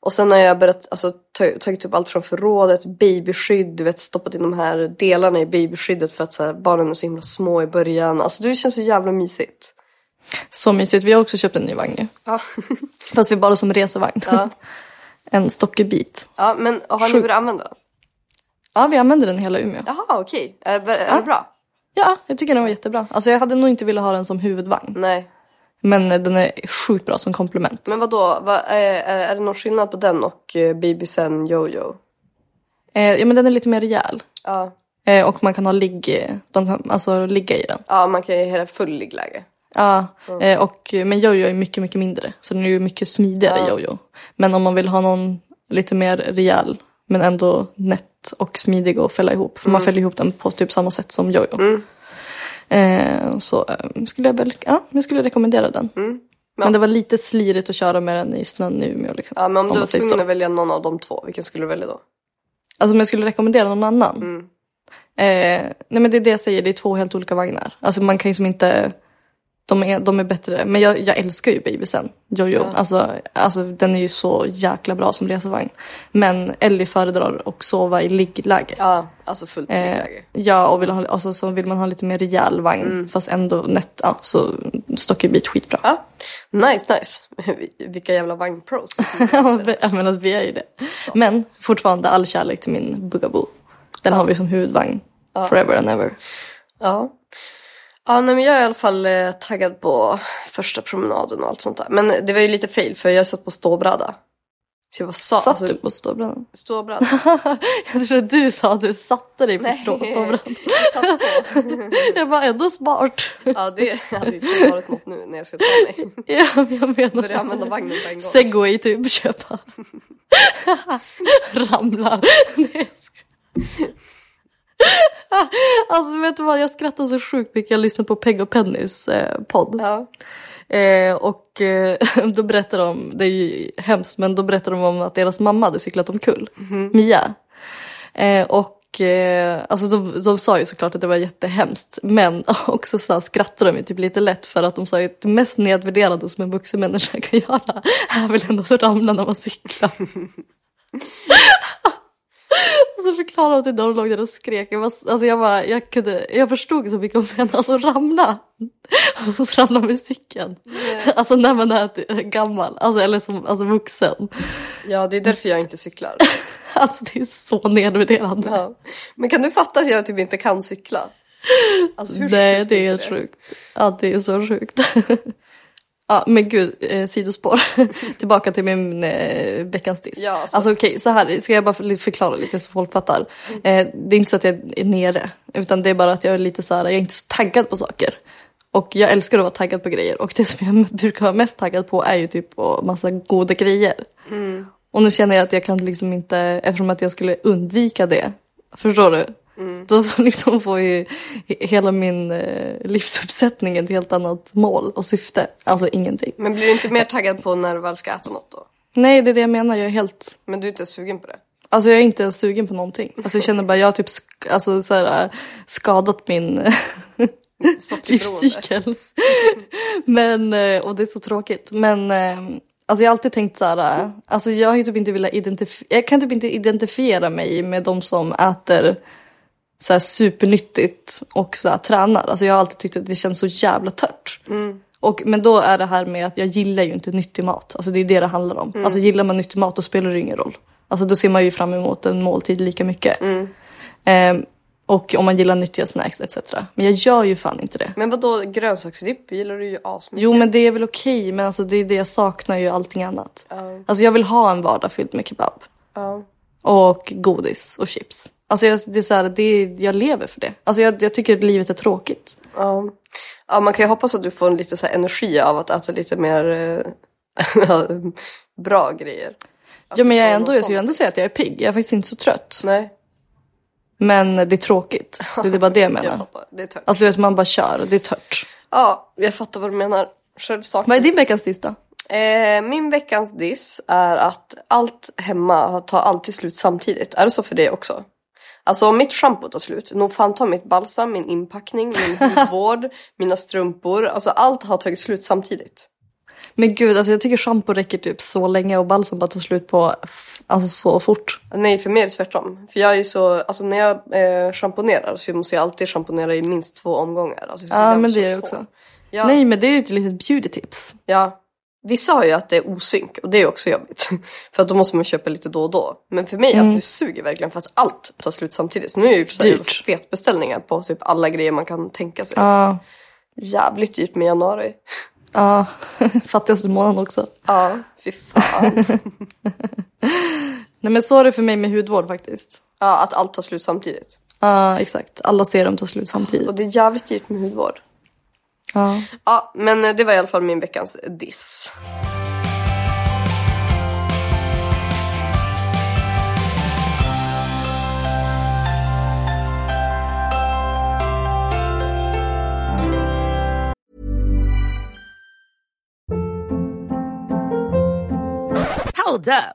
Speaker 1: Och sen har jag börjat, alltså ta- tagit upp allt från förrådet, babyskydd, du vet stoppat in de här delarna i babyskyddet för att så här, barnen är så himla små i början. Alltså det känns så jävla mysigt.
Speaker 2: Så mysigt. Vi har också köpt en ny vagn nu.
Speaker 1: Ja.
Speaker 2: Fast vi bara som resevagn.
Speaker 1: Ja.
Speaker 2: en stockebit.
Speaker 1: ja, men har ni
Speaker 2: Sjukt.
Speaker 1: börjat använda den? Jaha,
Speaker 2: Ja, vi använder den i hela Umeå.
Speaker 1: okej. Är, är det bra?
Speaker 2: Ja, jag tycker den var jättebra. Alltså jag hade nog inte velat ha den som huvudvagn.
Speaker 1: Nej.
Speaker 2: Men eh, den är sjukt bra som komplement.
Speaker 1: Men vadå, va, är, är är det någon skillnad på den och eh, BBC Jojo?
Speaker 2: Eh, ja, men den är lite mer rejäl.
Speaker 1: Ja.
Speaker 2: Eh, och man kan ha ligg, de kan, alltså, ligga i den.
Speaker 1: ja, man kan ju hela full liggläge.
Speaker 2: Ja, eh, och, men jojo är mycket, mycket mindre. Så den är ju mycket smidigare jojo. Men om man vill ha någon lite mer rejäl men ändå nätt och smidig att fälla ihop. För man fäller ihop den på typ samma sätt som jojo. Eh, så eh, skulle jag väl, ja, jag skulle rekommendera den. Men, det var lite slirigt att köra med den i snön nu Umeå. Liksom,
Speaker 1: Ja, men om du var
Speaker 2: man säger
Speaker 1: tvungen
Speaker 2: så.
Speaker 1: att välja någon av de två, vilken skulle du välja då?
Speaker 2: Alltså om jag skulle rekommendera någon annan. Eh, nej men det är det jag säger, det är två helt olika vagnar. Alltså man kan ju som inte, de är, de är bättre. Men jag, jag älskar ju babysen, Jojo. Alltså, alltså den är ju så jäkla bra som resevagn. Men Ellie föredrar att sova i liggläge.
Speaker 1: Ja, alltså fullt
Speaker 2: Eh,
Speaker 1: liggläge.
Speaker 2: ja, och vill, ha, alltså, så vill man ha lite mer rejäl vagn fast ändå nätt, ja, så Stockebit skitbra.
Speaker 1: Ja, nice, nice. Vi- Vilka jävla vagnpros.
Speaker 2: jag menar, alltså, vi är ju det. Men fortfarande all kärlek till min Bugaboo. Den har vi som huvudvagn forever and ever.
Speaker 1: Ja. Ja, nej, men jag är i alla fall eh, taggad på första promenaden och allt sånt där. Men det var ju lite fail för jag satt på ståbräda. Så jag var sa,
Speaker 2: Satt
Speaker 1: alltså,
Speaker 2: du på ståbrädan?
Speaker 1: ståbräda.
Speaker 2: Jag tror att du sa att du satte dig på
Speaker 1: Nej.
Speaker 2: strå- ståbrädan.
Speaker 1: Jag satt på.
Speaker 2: Jag var ändå smart.
Speaker 1: Ja, det hade ju
Speaker 2: typ
Speaker 1: inte varit något nu när jag ska ta mig.
Speaker 2: Ja, jag menar.
Speaker 1: Börja använda vagnen på en gång.
Speaker 2: Segway typ, köpa. Ramlar. Nej, jag skojar. Alltså vet du vad, jag skrattar så sjukt mycket. Jag lyssnar på Peg och Pennys eh, podd.
Speaker 1: Ja.
Speaker 2: Eh, och eh, då berättar de, det är ju hemskt, men då berättar de om att deras mamma hade cyklat omkull, Mia. Eh, och eh, alltså de, de sa ju såklart att det var jättehemskt, men också så här skrattade de ju typ lite lätt för att de sa ju att det mest nedvärderade som en vuxen människa kan göra är väl ändå att ramla när man cyklar. Och så förklarade hon till dem och låg där och skrek. Jag, var, alltså jag, var, jag, kunde, jag förstod så mycket om henne. Alltså ramla. Och så ramla med cykeln. Alltså när man är t- gammal. Alltså, eller som alltså, vuxen.
Speaker 1: ja, det är därför jag inte cyklar.
Speaker 2: Alltså det är så nedvärderande.
Speaker 1: Ja. Men kan du fatta att jag typ inte kan cykla? Alltså, hur
Speaker 2: Nej
Speaker 1: sjukt
Speaker 2: det
Speaker 1: är
Speaker 2: är sjukt. Ja det är så sjukt. Ja men gud, eh, sidospår. Tillbaka till min eh, veckans diss.
Speaker 1: Ja, så-
Speaker 2: alltså okej, så här ska jag bara för- förklara lite så folk fattar.
Speaker 1: Mm.
Speaker 2: Eh, det är inte så att jag är nere, utan det är bara att jag är lite så här, jag är inte så taggad på saker. Och jag älskar att vara taggad på grejer och det som jag brukar vara mest taggad på är ju typ på massa goda grejer. Och nu känner jag att jag kan liksom inte, eftersom att jag skulle undvika det, förstår du? Då liksom får ju he- hela min eh, livsuppsättning ett helt annat mål och syfte. Alltså ingenting.
Speaker 1: Men blir du inte mer taggad på när du väl ska äta något då?
Speaker 2: Nej, det är det jag menar. Jag är helt...
Speaker 1: Men du är inte sugen på det?
Speaker 2: Alltså jag är inte ens sugen på någonting. Alltså jag känner bara, jag har typ sk- alltså, så här, eh, skadat min eh,
Speaker 1: Sockerberoende?
Speaker 2: livscykel. Men, eh, och det är så tråkigt. Men eh, alltså jag har alltid tänkt så här, eh, alltså jag har ju typ inte velat identif- jag kan typ inte identifiera mig med de som äter så här supernyttigt och så här tränar. Alltså jag har alltid tyckt att det känns så jävla tört. Och, men då är det här med att jag gillar ju inte nyttig mat. Alltså det är det det handlar om. Alltså gillar man nyttig mat då spelar det ingen roll. Alltså då ser man ju fram emot en måltid lika mycket. Eh, och om man gillar nyttiga snacks etc. Men jag gör ju fan inte det.
Speaker 1: Men vadå grönsaksdipp gillar du ju asmycket.
Speaker 2: Jo men det är väl okej men alltså det är det jag saknar ju allting annat. Alltså jag vill ha en vardag fylld med kebab.
Speaker 1: Ja.
Speaker 2: Och godis och chips. Alltså jag, det är så här, det är, jag lever för det. Alltså jag, jag tycker att livet är tråkigt.
Speaker 1: Ja. ja, man kan ju hoppas att du får en lite så här energi av att äta lite mer eh, bra grejer. Att
Speaker 2: Ja men
Speaker 1: du
Speaker 2: jag, är
Speaker 1: får
Speaker 2: ändå,
Speaker 1: någon
Speaker 2: jag skulle
Speaker 1: sån-
Speaker 2: ändå säga att jag är pigg. Jag är faktiskt inte så trött.
Speaker 1: Nej,
Speaker 2: Men det är tråkigt. Det är bara det jag
Speaker 1: jag
Speaker 2: menar.
Speaker 1: fattar. Det är tört.
Speaker 2: Alltså du vet man bara kör och det är tört.
Speaker 1: Ja, jag fattar vad du menar. Själv saknar
Speaker 2: Vad är din veckans diss då?
Speaker 1: Eh, min veckans diss är att allt hemma tar alltid slut samtidigt. Är det så för dig också? Alltså om mitt shampoo tar slut, nog fan tar mitt balsam, min inpackning, min hudvård, mina strumpor. Alltså allt har tagit slut samtidigt.
Speaker 2: Men gud alltså jag tycker shampoo räcker typ så länge och balsam bara tar slut på f- alltså så fort.
Speaker 1: Nej, för mig är det tvärtom. För jag är ju så, alltså när jag eh, schamponerar så måste jag alltid schamponera i minst två omgångar. Alltså, så
Speaker 2: Ja,
Speaker 1: jag
Speaker 2: men
Speaker 1: måste
Speaker 2: det
Speaker 1: ha
Speaker 2: gör jag
Speaker 1: två.
Speaker 2: också.
Speaker 1: Ja.
Speaker 2: Nej, men det är ju ett litet beautytips.
Speaker 1: Ja. Vissa har ju att det är osynk och det är också jobbigt. För att då måste man köpa lite då och då. Men för mig,
Speaker 2: Mm.
Speaker 1: alltså det suger verkligen för att allt tar slut samtidigt. Så nu har jag gjort så här jävla
Speaker 2: Dyrt.
Speaker 1: fetbeställningar på typ alla grejer man kan tänka sig.
Speaker 2: Ja,
Speaker 1: Jävligt dyrt med januari.
Speaker 2: ja. Fattigaste månaden också.
Speaker 1: Ja, fy fan.
Speaker 2: Nej men så är det för mig med hudvård faktiskt.
Speaker 1: ja, att allt tar slut samtidigt.
Speaker 2: Ja, exakt. Alla serum tar slut samtidigt.
Speaker 1: Och det är jävligt dyrt med hudvård.
Speaker 2: Ja.
Speaker 1: Ja, men eh, det var i alla fall min veckans diss.
Speaker 3: Hold up.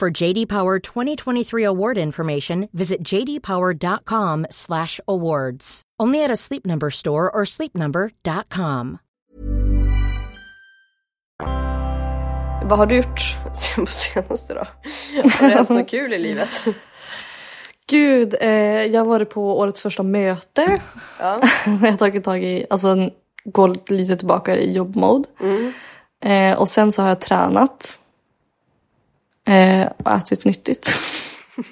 Speaker 4: For JD Power 2023 award information, visit jdpower.com/awards. Only at a Sleep Number store or sleepnumber.com.
Speaker 1: Vad har du gjort sen på senaste då? Har det hänt något kul i livet?
Speaker 2: Gud, eh, jag har varit på årets första möte.
Speaker 1: Ja.
Speaker 2: jag har tagit tag i, alltså går lite tillbaka i jobbmode. Eh, och sen så har jag tränat. Eh, och ätit nyttigt.
Speaker 1: Det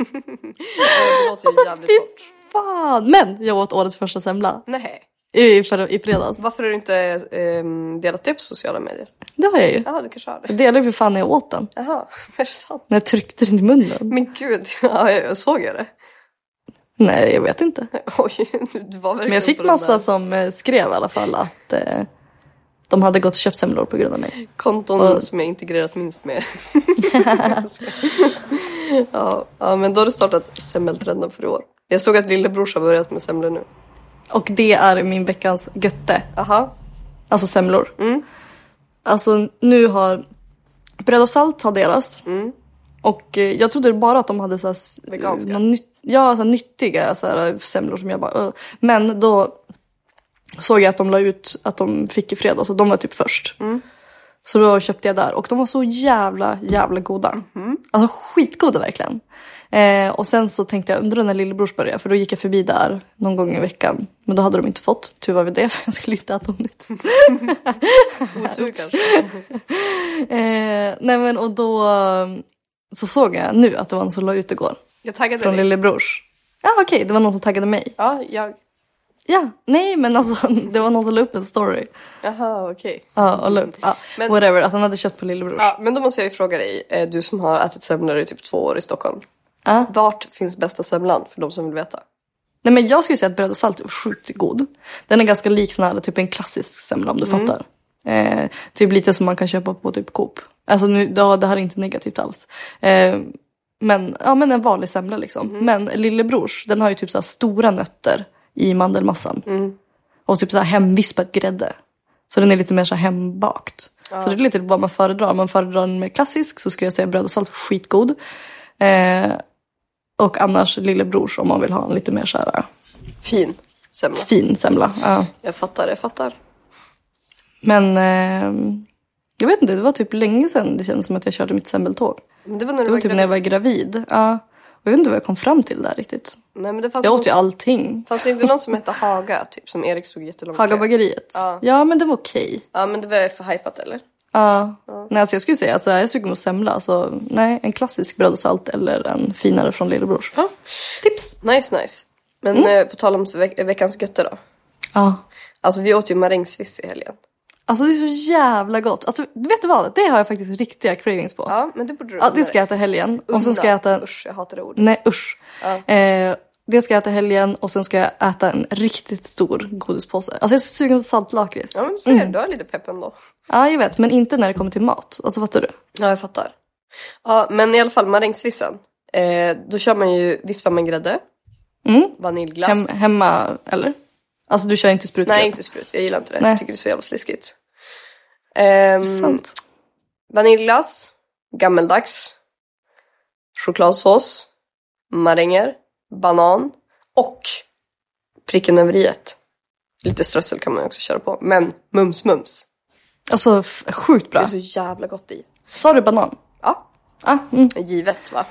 Speaker 2: Alltså,
Speaker 1: låter ju jävligt torrt.
Speaker 2: Fan! Men jag åt årets första semla
Speaker 1: Nej.
Speaker 2: i, förra, i fredags.
Speaker 1: Varför har du inte ehm, delat det på sociala medier?
Speaker 2: Det har jag ju.
Speaker 1: Jaha, du kanske har det.
Speaker 2: Jag delade ju för fan när jag åt den.
Speaker 1: Jaha, är det sant?
Speaker 2: När jag tryckte den i munnen.
Speaker 1: Men gud, ja, jag jag såg ju det.
Speaker 2: Nej, jag vet inte.
Speaker 1: Oj, du var verkligen
Speaker 2: Men jag fick
Speaker 1: på den
Speaker 2: massa
Speaker 1: där
Speaker 2: som eh, skrev i alla fall att eh, de hade gått och köpt semlor på grund av mig.
Speaker 1: konton
Speaker 2: och-
Speaker 1: som jag integrerat minst med. ja, ja, men då har du startat semmeltrenden för i år. Jag såg att lillebrors har börjat med semlor nu.
Speaker 2: Och det är min veckans götte.
Speaker 1: Aha,
Speaker 2: Alltså semlor. Alltså nu har bröd och salt har deras. Och eh, jag trodde bara att de hade så här, s-
Speaker 1: Veganska.
Speaker 2: någon nytt, ja, så här, nyttiga så här, eh, semlor som jag bara... "Ugh." Men då såg jag att de la ut att de fick i fredags och de var typ först. Så då köpte jag där och de var så jävla jävla goda. Alltså skitgoda verkligen. Eh, och sen så tänkte jag undrar när lillebrors börjar för då gick jag förbi där någon gång i veckan. Men då hade de inte fått, tur var vi det för jag skulle inte äta dem nytt.
Speaker 1: otur kanske.
Speaker 2: Eh, nej men och då eh, så såg jag nu att det var någon som la ut igår.
Speaker 1: Jag taggade
Speaker 2: Från
Speaker 1: dig.
Speaker 2: lillebrors. Ja okej, det var någon som taggade mig.
Speaker 1: Ja, jag.
Speaker 2: Ja, nej men alltså det var någon som la upp en story.
Speaker 1: Jaha, okej.
Speaker 2: Ja, och la upp, ja,
Speaker 1: Men-
Speaker 2: whatever, att han hade köpt på lillebrors.
Speaker 1: Ja, men då måste jag ju fråga dig, eh, du som har ätit semlor i typ två år i Stockholm.
Speaker 2: Ja.
Speaker 1: Vart finns bästa semlan för de som vill veta?
Speaker 2: Nej men jag skulle säga att bröd och salt är sjukt god. Den är ganska lik sån här, typ en klassisk semla om du fattar. Eh, typ lite som man kan köpa på typ Coop. Alltså nu, ja, det här är inte negativt alls. Eh, men, ja, men en vanlig semla liksom. Men lillebrors, den har ju typ så här stora nötter i mandelmassan. Och typ så här hemvispat grädde. Så den är lite mer så här hembakt. Så det är lite vad man föredrar. Om man föredrar den mer klassisk så skulle jag säga bröd och salt, skitgod. Eh, och annars lillebrors om man vill ha en lite mer så här
Speaker 1: Fin semla.
Speaker 2: fin semla. Ja.
Speaker 1: Jag fattar, jag fattar.
Speaker 2: Men eh, jag vet inte, det var typ länge sedan det kändes som att jag körde mitt semmeltåg.
Speaker 1: Men det var när du
Speaker 2: Det var typ när jag
Speaker 1: gravid.
Speaker 2: var gravid. Ja. Och Jag vet inte vad jag kom fram till där riktigt.
Speaker 1: Nej, men det fanns
Speaker 2: Jag
Speaker 1: någon-
Speaker 2: åt ju allting.
Speaker 1: Fanns det inte någon som hette Haga, typ, som Erik stod jättelångt
Speaker 2: Hagabageriet.
Speaker 1: Ja.
Speaker 2: Ja men det var okej.
Speaker 1: Ja, men det var ju för hypat eller?
Speaker 2: Ja. Nej alltså jag skulle säga att alltså, jag är sugen på semla. Så nej, en klassisk bröd och salt eller en finare från lillebrors.
Speaker 1: Ja.
Speaker 2: Tips! Mm.
Speaker 1: Nice, nice. Men eh, på tal om veck- veckans götter då.
Speaker 2: Ja.
Speaker 1: Alltså vi åt ju marängsviss i helgen.
Speaker 2: Alltså det är så jävla gott. Alltså vet du vad? Det har jag faktiskt riktiga cravings på.
Speaker 1: Ja, men det borde du
Speaker 2: Ja, det ska jag äta helgen. Och sen ska jag äta... Mm.
Speaker 1: Usch, jag hatar det ordet.
Speaker 2: Nej usch. Eh, det ska jag äta helgen och sen ska jag äta en riktigt stor godispåse. Alltså jag är så sugen på saltlakrits.
Speaker 1: Ja, men ser
Speaker 2: Mm.
Speaker 1: du, du har lite pepp ändå.
Speaker 2: Ja, jag vet. Men inte när det kommer till mat. Alltså fattar du?
Speaker 1: Ja, jag fattar. Ja, men i alla fall marängsvissen. Eh, då kör man ju, vispar man grädde,
Speaker 2: Mm.
Speaker 1: vaniljglass.
Speaker 2: Hem, hemma, eller? Alltså du kör inte sprutgrädde?
Speaker 1: Nej, inte sprut. Jag gillar inte det.
Speaker 2: Nej.
Speaker 1: Jag tycker det är så jävla sliskigt. Ehm,
Speaker 2: Sant.
Speaker 1: vaniljglass, gammeldags, chokladsås, maränger, banan och pricken över i ett. Lite strössel kan man ju också köra på. Men mums mums.
Speaker 2: Alltså f- sjukt
Speaker 1: Det är
Speaker 2: bra.
Speaker 1: så jävla gott i.
Speaker 2: Sa du banan?
Speaker 1: Ja,
Speaker 2: Ja, mm.
Speaker 1: givet va?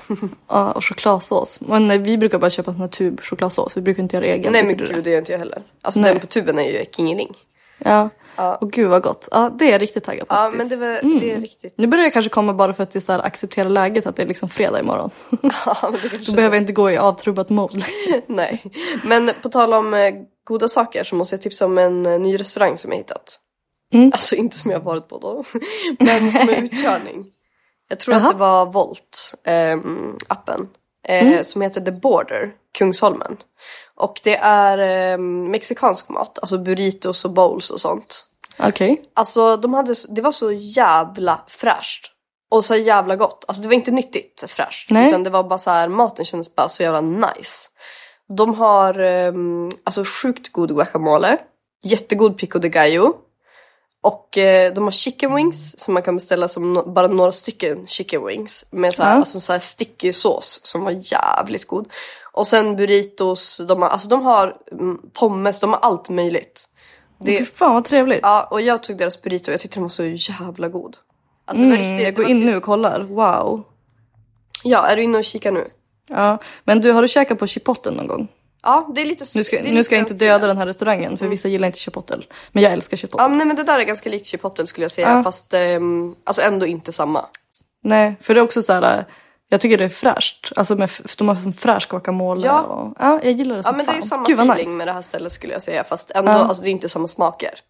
Speaker 2: Ja, och chokladsås. Men eh, vi brukar bara köpa sån här tubchokladsås. Vi brukar inte göra egen.
Speaker 1: Nej
Speaker 2: Vi
Speaker 1: men
Speaker 2: gjorde
Speaker 1: gud,
Speaker 2: det.
Speaker 1: det gör inte jag heller. Alltså
Speaker 2: Nej.
Speaker 1: den på tuben är ju kingeling.
Speaker 2: Ja.
Speaker 1: Ja.
Speaker 2: Och gud vad gott. Ja, det är jag riktigt taggad på
Speaker 1: Ja men
Speaker 2: faktiskt.
Speaker 1: det, var, det är riktigt.
Speaker 2: Nu börjar jag kanske komma bara för att det är så här, acceptera läget att det är liksom fredag imorgon.
Speaker 1: Ja, men det kanske
Speaker 2: Då behöver jag inte gå i avtrubbat mode längre.
Speaker 1: Nej, men på tal om eh, goda saker så måste jag tipsa om en eh, ny restaurang som jag hittat.
Speaker 2: Mm.
Speaker 1: Alltså inte som jag har varit på då, men som är utkörning. Jag tror
Speaker 2: Jaha.
Speaker 1: att det var Volt, ehm, appen, eh,
Speaker 2: Mm.
Speaker 1: som heter The Border, Kungsholmen. Och det är ehm, mexikansk mat, alltså burritos och bowls och sånt.
Speaker 2: Okej.
Speaker 1: Alltså de hade, så- det var så jävla fräscht. Och så jävla gott. Alltså det var inte nyttigt fräscht.
Speaker 2: Nej.
Speaker 1: Utan det var bara så här, maten kändes bara så jävla nice. De har ehm, alltså sjukt god guacamole. Jättegod pico de gallo. Och eh, de har chicken wings som man kan beställa som no- bara några stycken chicken wings. Med så här,
Speaker 2: Ja.
Speaker 1: alltså, så här sticky sås som var jävligt god. Och sen burritos, de har, alltså, de har mm, pommes, de har allt möjligt.
Speaker 2: Fy fan vad trevligt.
Speaker 1: Ja, och jag tog deras burrito och jag tyckte den var så jävla god. Alltså det var
Speaker 2: mm,
Speaker 1: riktigt,
Speaker 2: jag
Speaker 1: det
Speaker 2: går
Speaker 1: var
Speaker 2: in
Speaker 1: typ-
Speaker 2: nu och kollar. Wow.
Speaker 1: Ja, är du inne och kikar nu?
Speaker 2: Ja. Men du, har du käkat på chipotle någon gång?
Speaker 1: Ja, det är lite...
Speaker 2: Nu ska,
Speaker 1: det är
Speaker 2: nu ska jag
Speaker 1: lite Mm.
Speaker 2: inte döda den här restaurangen för vissa gillar inte chipotle. Men jag älskar chipotle.
Speaker 1: Ja, nej men det där är ganska likt chipotle skulle jag säga.
Speaker 2: Ja.
Speaker 1: Fast ehm, alltså ändå inte samma.
Speaker 2: Nej, för det är också så här. äh, Jag tycker det är fräscht. Alltså med, f- de har sån fräsch guacamole.
Speaker 1: Ja.
Speaker 2: Och, ja, jag gillar det
Speaker 1: Ja,
Speaker 2: som
Speaker 1: men
Speaker 2: fan.
Speaker 1: det är samma
Speaker 2: Gud, vad
Speaker 1: feeling
Speaker 2: nice.
Speaker 1: med det här stället skulle jag säga. Fast ändå, alltså det är inte samma smaker.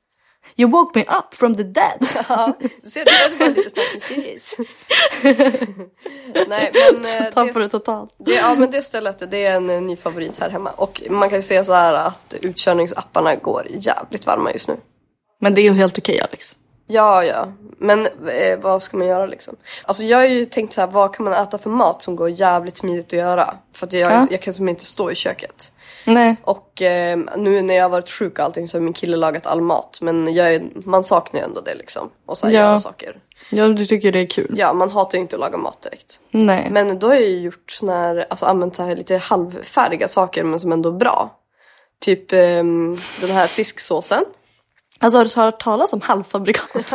Speaker 2: You woke me up from the dead.
Speaker 1: Ja, ser du? Det var lite Snack and Series. nej, men... eh, det-
Speaker 2: Tappar det totalt.
Speaker 1: Det, ja men det stället det är en eh, ny favorit här hemma. Och man kan ju säga så här att utkörningsapparna går jävligt varma just nu.
Speaker 2: Men det är ju helt okej Alex.
Speaker 1: Ja, ja. Men eh, vad ska man göra liksom? Alltså jag har ju tänkt så här, vad kan man äta för mat som går jävligt smidigt att göra? För att jag,
Speaker 2: Ja.
Speaker 1: jag kan som inte stå i köket.
Speaker 2: Nej.
Speaker 1: Och eh, nu när jag har varit sjuk och allting så har min kille lagat all mat. Men jag är, man saknar ju ändå det liksom. Och så här,
Speaker 2: Ja.
Speaker 1: göra saker.
Speaker 2: Ja, du tycker det är kul.
Speaker 1: Ja, man hatar ju inte att laga mat direkt.
Speaker 2: Nej.
Speaker 1: Men då har jag ju gjort såna här, alltså använt så här lite halvfärdiga saker men som ändå är bra. Typ ehm, den här fisksåsen.
Speaker 2: Alltså har du hört talas om halvfabrikat?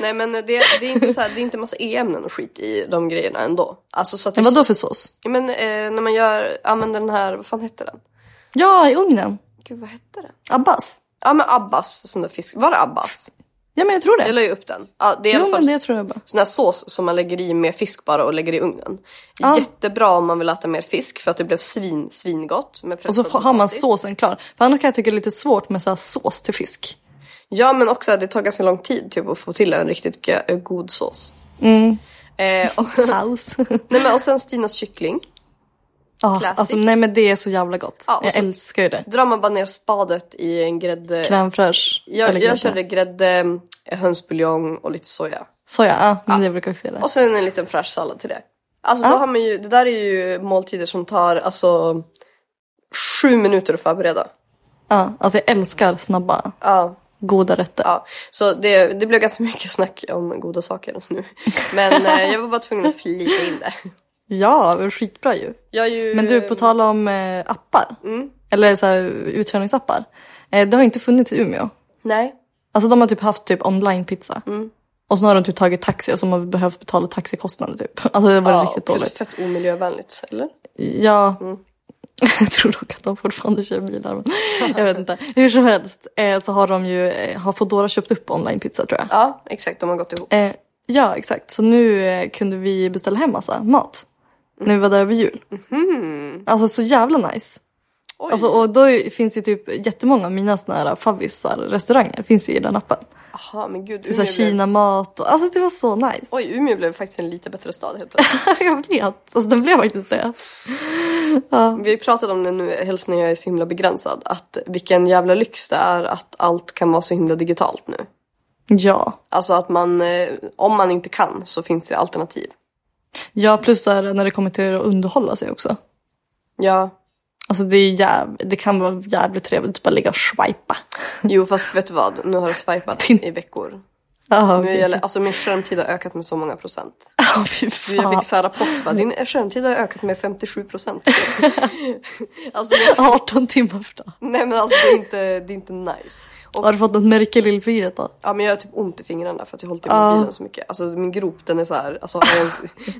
Speaker 1: Nej men det, det, är inte så här, det är inte massa e-ämnen och skit i de grejerna ändå. Alltså så att det,
Speaker 2: Men Vadå för sås?
Speaker 1: Ja, men eh, när man gör, använder den här, vad fan hette den?
Speaker 2: Ja, i ugnen.
Speaker 1: Gud vad hette den?
Speaker 2: Abbas.
Speaker 1: Ja men Abbas, sån där fisk. Var det Abbas?
Speaker 2: Ja, men jag tror det.
Speaker 1: Jag la ju upp den. Ja, det är i alla
Speaker 2: Jo,
Speaker 1: fall
Speaker 2: men det tror jag bara.
Speaker 1: sån här sås som man lägger i med fisk bara och lägger i ugnen.
Speaker 2: Ja.
Speaker 1: Jättebra om man vill äta mer fisk för att det blev svin, svingott. Med
Speaker 2: Och så
Speaker 1: pressad
Speaker 2: får- har man
Speaker 1: potatis.
Speaker 2: såsen klar. För annars kan jag tycka det är lite svårt med så här sås till fisk.
Speaker 1: Ja men också att det tar ganska lång tid typ, att få till en riktigt gö- god sås.
Speaker 2: Mm.
Speaker 1: Eh, och,
Speaker 2: Saus.
Speaker 1: nej, men, och sen Stinas kyckling.
Speaker 2: Ja,
Speaker 1: Classic.
Speaker 2: alltså nej men det är så jävla gott.
Speaker 1: Ja, och
Speaker 2: jag
Speaker 1: så-
Speaker 2: älskar ju det.
Speaker 1: Drar man bara ner spadet i en grädde.
Speaker 2: Crème fraîche.
Speaker 1: Jag,
Speaker 2: eller
Speaker 1: jag
Speaker 2: grädde.
Speaker 1: körde grädde, eh, hönsbuljong och lite soja.
Speaker 2: Soja, ja. Men jag brukar också göra det.
Speaker 1: Och sen en liten fräsch sallad till det. Alltså då har man ju, det där är ju måltider som tar alltså sju minuter att förbereda.
Speaker 2: Ja, alltså jag älskar snabba,
Speaker 1: Ja,
Speaker 2: goda rätter.
Speaker 1: ja. Så det, det blev ganska mycket snack om goda saker nu. Men eh, jag var bara tvungen att flika in det.
Speaker 2: Ja, det är skitbra ju.
Speaker 1: Jag är ju...
Speaker 2: Men du, på tal om eh, appar.
Speaker 1: Mm.
Speaker 2: Eller så här, utkörningsappar. Eh, det har ju inte funnits i Umeå.
Speaker 1: Nej.
Speaker 2: Alltså de har typ haft typ online-pizza. Och sen har de typ tagit taxi och så har man behövt betala taxikostnader typ. Alltså det var
Speaker 1: Ja,
Speaker 2: riktigt
Speaker 1: plus
Speaker 2: dåligt.
Speaker 1: fett omiljövänligt, eller?
Speaker 2: Ja. Jag tror dock att de fortfarande kör bilar. Men jag vet inte. Hur som helst eh, så har de ju, eh, har Foodora köpt upp online-pizza tror jag.
Speaker 1: Ja, exakt. De har gått ihop.
Speaker 2: Eh, ja, exakt. Så nu eh, kunde vi beställa hem massa mat. När vi var där över jul. Alltså så jävla nice. Alltså, och då är- finns ju typ jättemånga av mina såna här favvisar, restauranger, finns ju i den appen.
Speaker 1: Jaha, men gud.
Speaker 2: Det är så här
Speaker 1: Umeå blev-
Speaker 2: Kina-mat och alltså det var så nice.
Speaker 1: Oj, Umeå blev faktiskt en lite bättre stad helt plötsligt.
Speaker 2: jag vet, alltså den blev faktiskt det.
Speaker 1: Vi har ju pratat om det nu, hälsningen är så himla begränsad. Att vilken jävla lyx det är att allt kan vara så himla digitalt nu.
Speaker 2: Ja.
Speaker 1: Alltså att man, eh, om man inte kan så finns det alternativ.
Speaker 2: Ja, plus så är det när det kommer till att underhålla sig också.
Speaker 1: Ja,
Speaker 2: Alltså det, är jäv... det kan vara jävligt trevligt att bara ligga och swipa.
Speaker 1: jo fast vet du vad? Nu har det swipat i veckor.
Speaker 2: Ja,
Speaker 1: Nu
Speaker 2: okej.
Speaker 1: gäller, alltså min skärmtid har ökat med så många procent.
Speaker 2: Ja, fy
Speaker 1: Du, jag
Speaker 2: fan.
Speaker 1: fick så här rapport bara, din skärmtid har ökat med 57 procent. alltså, jag-
Speaker 2: 18 timmar per dag.
Speaker 1: nej men alltså det är inte, det är inte nice. Och,
Speaker 2: Har du fått något märke i lillfingret då?
Speaker 1: ja, men jag har typ ont i fingrarna för att jag har hållit i mobilen så mycket. Alltså min grop den är så här, alltså, har jag ens-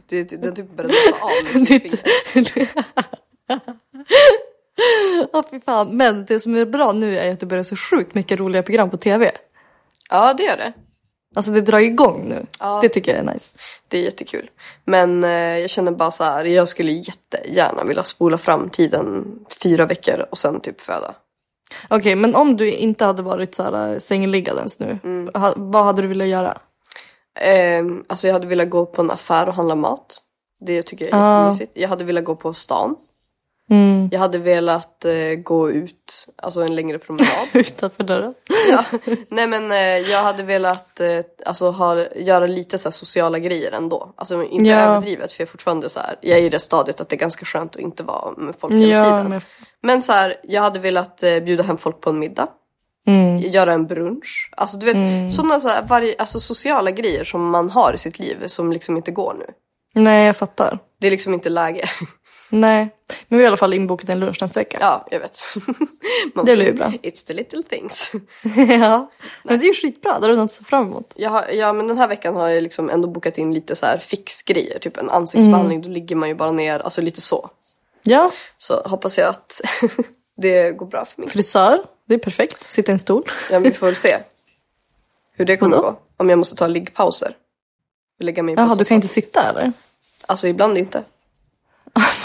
Speaker 1: det, den typ börjar droppa av mitt
Speaker 2: typ-
Speaker 1: i fingret.
Speaker 2: Ja, fy fan. Men det som är bra nu är att det börjar så sjukt mycket roliga program på tv.
Speaker 1: Ja det gör det.
Speaker 2: Alltså det drar igång nu.
Speaker 1: Ja.
Speaker 2: Det tycker jag är nice.
Speaker 1: Det är jättekul. Men eh, jag känner bara så här, jag skulle jättegärna vilja spola fram tiden fyra veckor och sen typ föda.
Speaker 2: Okej, men om du inte hade varit så här sängliggandes nu, ha, vad hade du velat göra?
Speaker 1: Eh, alltså jag hade velat gå på en affär och handla mat. Det tycker jag är
Speaker 2: Ja.
Speaker 1: jättemysigt. Jag hade velat gå på stan. Jag hade velat eh, gå ut, alltså en längre promenad.
Speaker 2: Utanför dörren?
Speaker 1: ja. Nej men eh, jag hade velat eh, alltså, ha, göra lite så här, sociala grejer ändå. Alltså inte
Speaker 2: Ja.
Speaker 1: överdrivet för jag är fortfarande så här, jag är i det stadiet att det är ganska skönt att inte vara med folk hela
Speaker 2: Ja,
Speaker 1: tiden.
Speaker 2: men-
Speaker 1: Men så här, jag hade velat eh, bjuda hem folk på en middag.
Speaker 2: Mm.
Speaker 1: Göra en brunch. Alltså du vet, sådana så här, varje, alltså, sociala grejer som man har i sitt liv som liksom inte går nu.
Speaker 2: Nej, jag fattar.
Speaker 1: Det är liksom inte läge.
Speaker 2: Nej, men vi har i alla fall inbokat en lunch nästa vecka.
Speaker 1: ja, jag vet. Man-
Speaker 2: Det blir ju bra.
Speaker 1: It's the little things.
Speaker 2: ja. Men det är ju skitbra, det har du något att se fram emot.
Speaker 1: Jag har, ja, men den här veckan har jag liksom ändå bokat in lite så här fixgrejer. Typ en ansiktsbehandling,
Speaker 2: Mm.
Speaker 1: då ligger man ju bara ner. Alltså lite så.
Speaker 2: Ja,
Speaker 1: Så hoppas jag att det går bra för mig.
Speaker 2: frisör, det är perfekt. Sitta i en stol.
Speaker 1: Ja, men vi får väl se hur det kommer
Speaker 2: Vadå?
Speaker 1: gå. Om jag måste ta liggpauser. Lägga mig på
Speaker 2: Jaha, du
Speaker 1: soffan.
Speaker 2: kan inte sitta eller?
Speaker 1: Alltså ibland inte.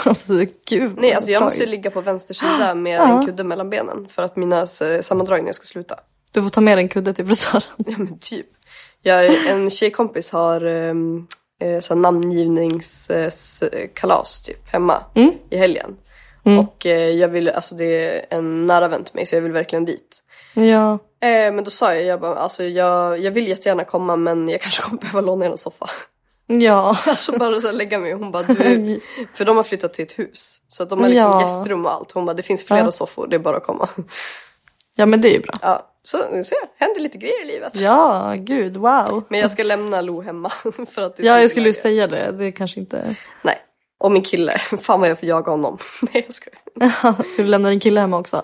Speaker 2: Alltså gud
Speaker 1: Nej,
Speaker 2: vad
Speaker 1: alltså jag måste
Speaker 2: tragiskt.
Speaker 1: ligga på vänster sida med en kudde mellan benen för att mina eh, sammandragningar ska sluta.
Speaker 2: Du får ta med dig en kudde till frisören.
Speaker 1: Ja men typ. Jag, en tjejkompis har um, så namngivningskalas eh, typ hemma
Speaker 2: Mm.
Speaker 1: i helgen. Och eh, jag vill, alltså det är en nära vän till mig så jag vill verkligen dit.
Speaker 2: Ja.
Speaker 1: Eh, men då sa jag, jag bara, alltså jag, jag vill jättegärna komma men jag kanske kommer behöva låna en soffa.
Speaker 2: Ja.
Speaker 1: Alltså bara så här lägga mig. Hon bara, du, för de har flyttat till ett hus. Så att de har liksom
Speaker 2: Ja.
Speaker 1: gästrum och allt. Hon bara, det finns flera
Speaker 2: Ja.
Speaker 1: soffor, det är bara att komma.
Speaker 2: ja, men det är ju bra.
Speaker 1: Ja, så nu ser jag, händer lite grejer i livet.
Speaker 2: Ja, gud, wow.
Speaker 1: Men jag ska lämna Lo hemma. För att det är så
Speaker 2: Ja,
Speaker 1: inte
Speaker 2: jag skulle ju
Speaker 1: läge.
Speaker 2: säga det. Det är kanske inte...
Speaker 1: Nej. Och min kille, fan vad jag får jaga honom. Nej jag skojar.
Speaker 2: Ska du lämna din kille hemma också?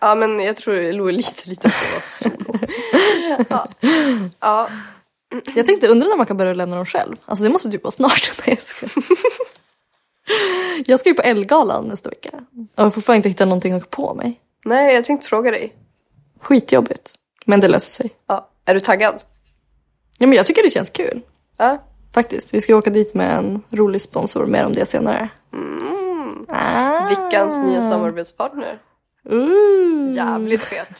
Speaker 1: Ja men jag tror Lo är lite liten för att vara solo. Ja. ja,
Speaker 2: Jag tänkte undra när man kan börja lämna dem själv. Alltså det måste typ vara snart. Nej, jag ska. Jag ska ju på Ellegalan nästa vecka. Och jag har fortfarande inte hittat någonting att ha på mig.
Speaker 1: nej jag tänkte fråga dig.
Speaker 2: Skitjobbigt. Men det löser sig.
Speaker 1: Ja. Är du taggad?
Speaker 2: Ja, men jag tycker det känns kul.
Speaker 1: Ja.
Speaker 2: Faktiskt. Vi ska åka dit med en rolig sponsor. Mer om det senare. Ah.
Speaker 1: Veckans nya samarbetspartner.
Speaker 2: Ooh.
Speaker 1: Jävligt fet.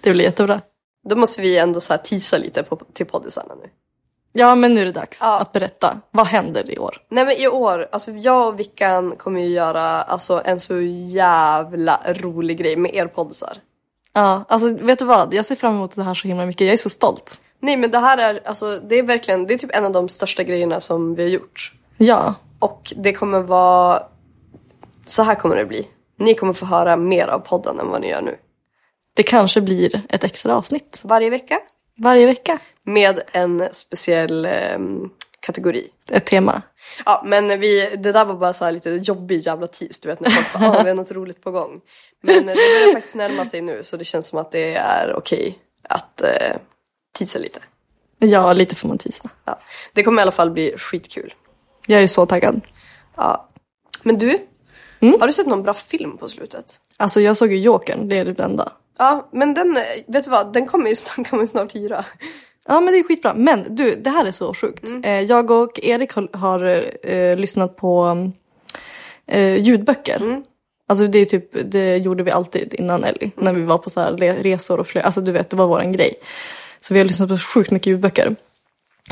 Speaker 2: Det blir jättebra.
Speaker 1: Då måste vi ändå så här teasa lite på, till poddisarna nu.
Speaker 2: Ja, men nu är det dags
Speaker 1: Ja.
Speaker 2: att berätta. Vad händer i år?
Speaker 1: Nej men i år, alltså jag och Vickan kommer ju göra alltså, en så jävla rolig grej med er poddisar.
Speaker 2: Ja, alltså vet du vad? Jag ser fram emot det här så himla mycket. Jag är så stolt.
Speaker 1: Nej men det här är, alltså, det är verkligen, det är typ en av de största grejerna som vi har gjort.
Speaker 2: Ja,
Speaker 1: Och det kommer vara, så här kommer det bli. Ni kommer få höra mer av podden än vad ni gör nu.
Speaker 2: det kanske blir ett extra avsnitt
Speaker 1: Varje vecka.
Speaker 2: varje vecka.
Speaker 1: Med en speciell ehm, kategori.
Speaker 2: Ett tema.
Speaker 1: Ja men vi, det där var bara så här lite jobbig jävla tis du vet när folk bara "Ah, vi har något roligt på gång. Men det börjar faktiskt närma sig nu så det känns som att det är okej att eh, tisa lite.
Speaker 2: Ja, lite får man tisa.
Speaker 1: Ja. Det kommer i alla fall bli skitkul.
Speaker 2: Jag är så taggad.
Speaker 1: Ja. Men du, har du sett någon bra film på slutet?
Speaker 2: Alltså jag såg ju Jokern, det är det enda.
Speaker 1: Ja men den, eh, vet du vad, den kommer ju snart, kan man ju snart hyra.
Speaker 2: Ja men det är skitbra. Men du, det här är så sjukt. Eh, Jag och Erik har, har eh, lyssnat på eh, ljudböcker. Alltså det, är typ, det gjorde vi alltid innan Ellie, när vi var på så här le- resor och flög. Alltså du vet, det var våran grej. Så vi har lyssnat på sjukt mycket ljudböcker.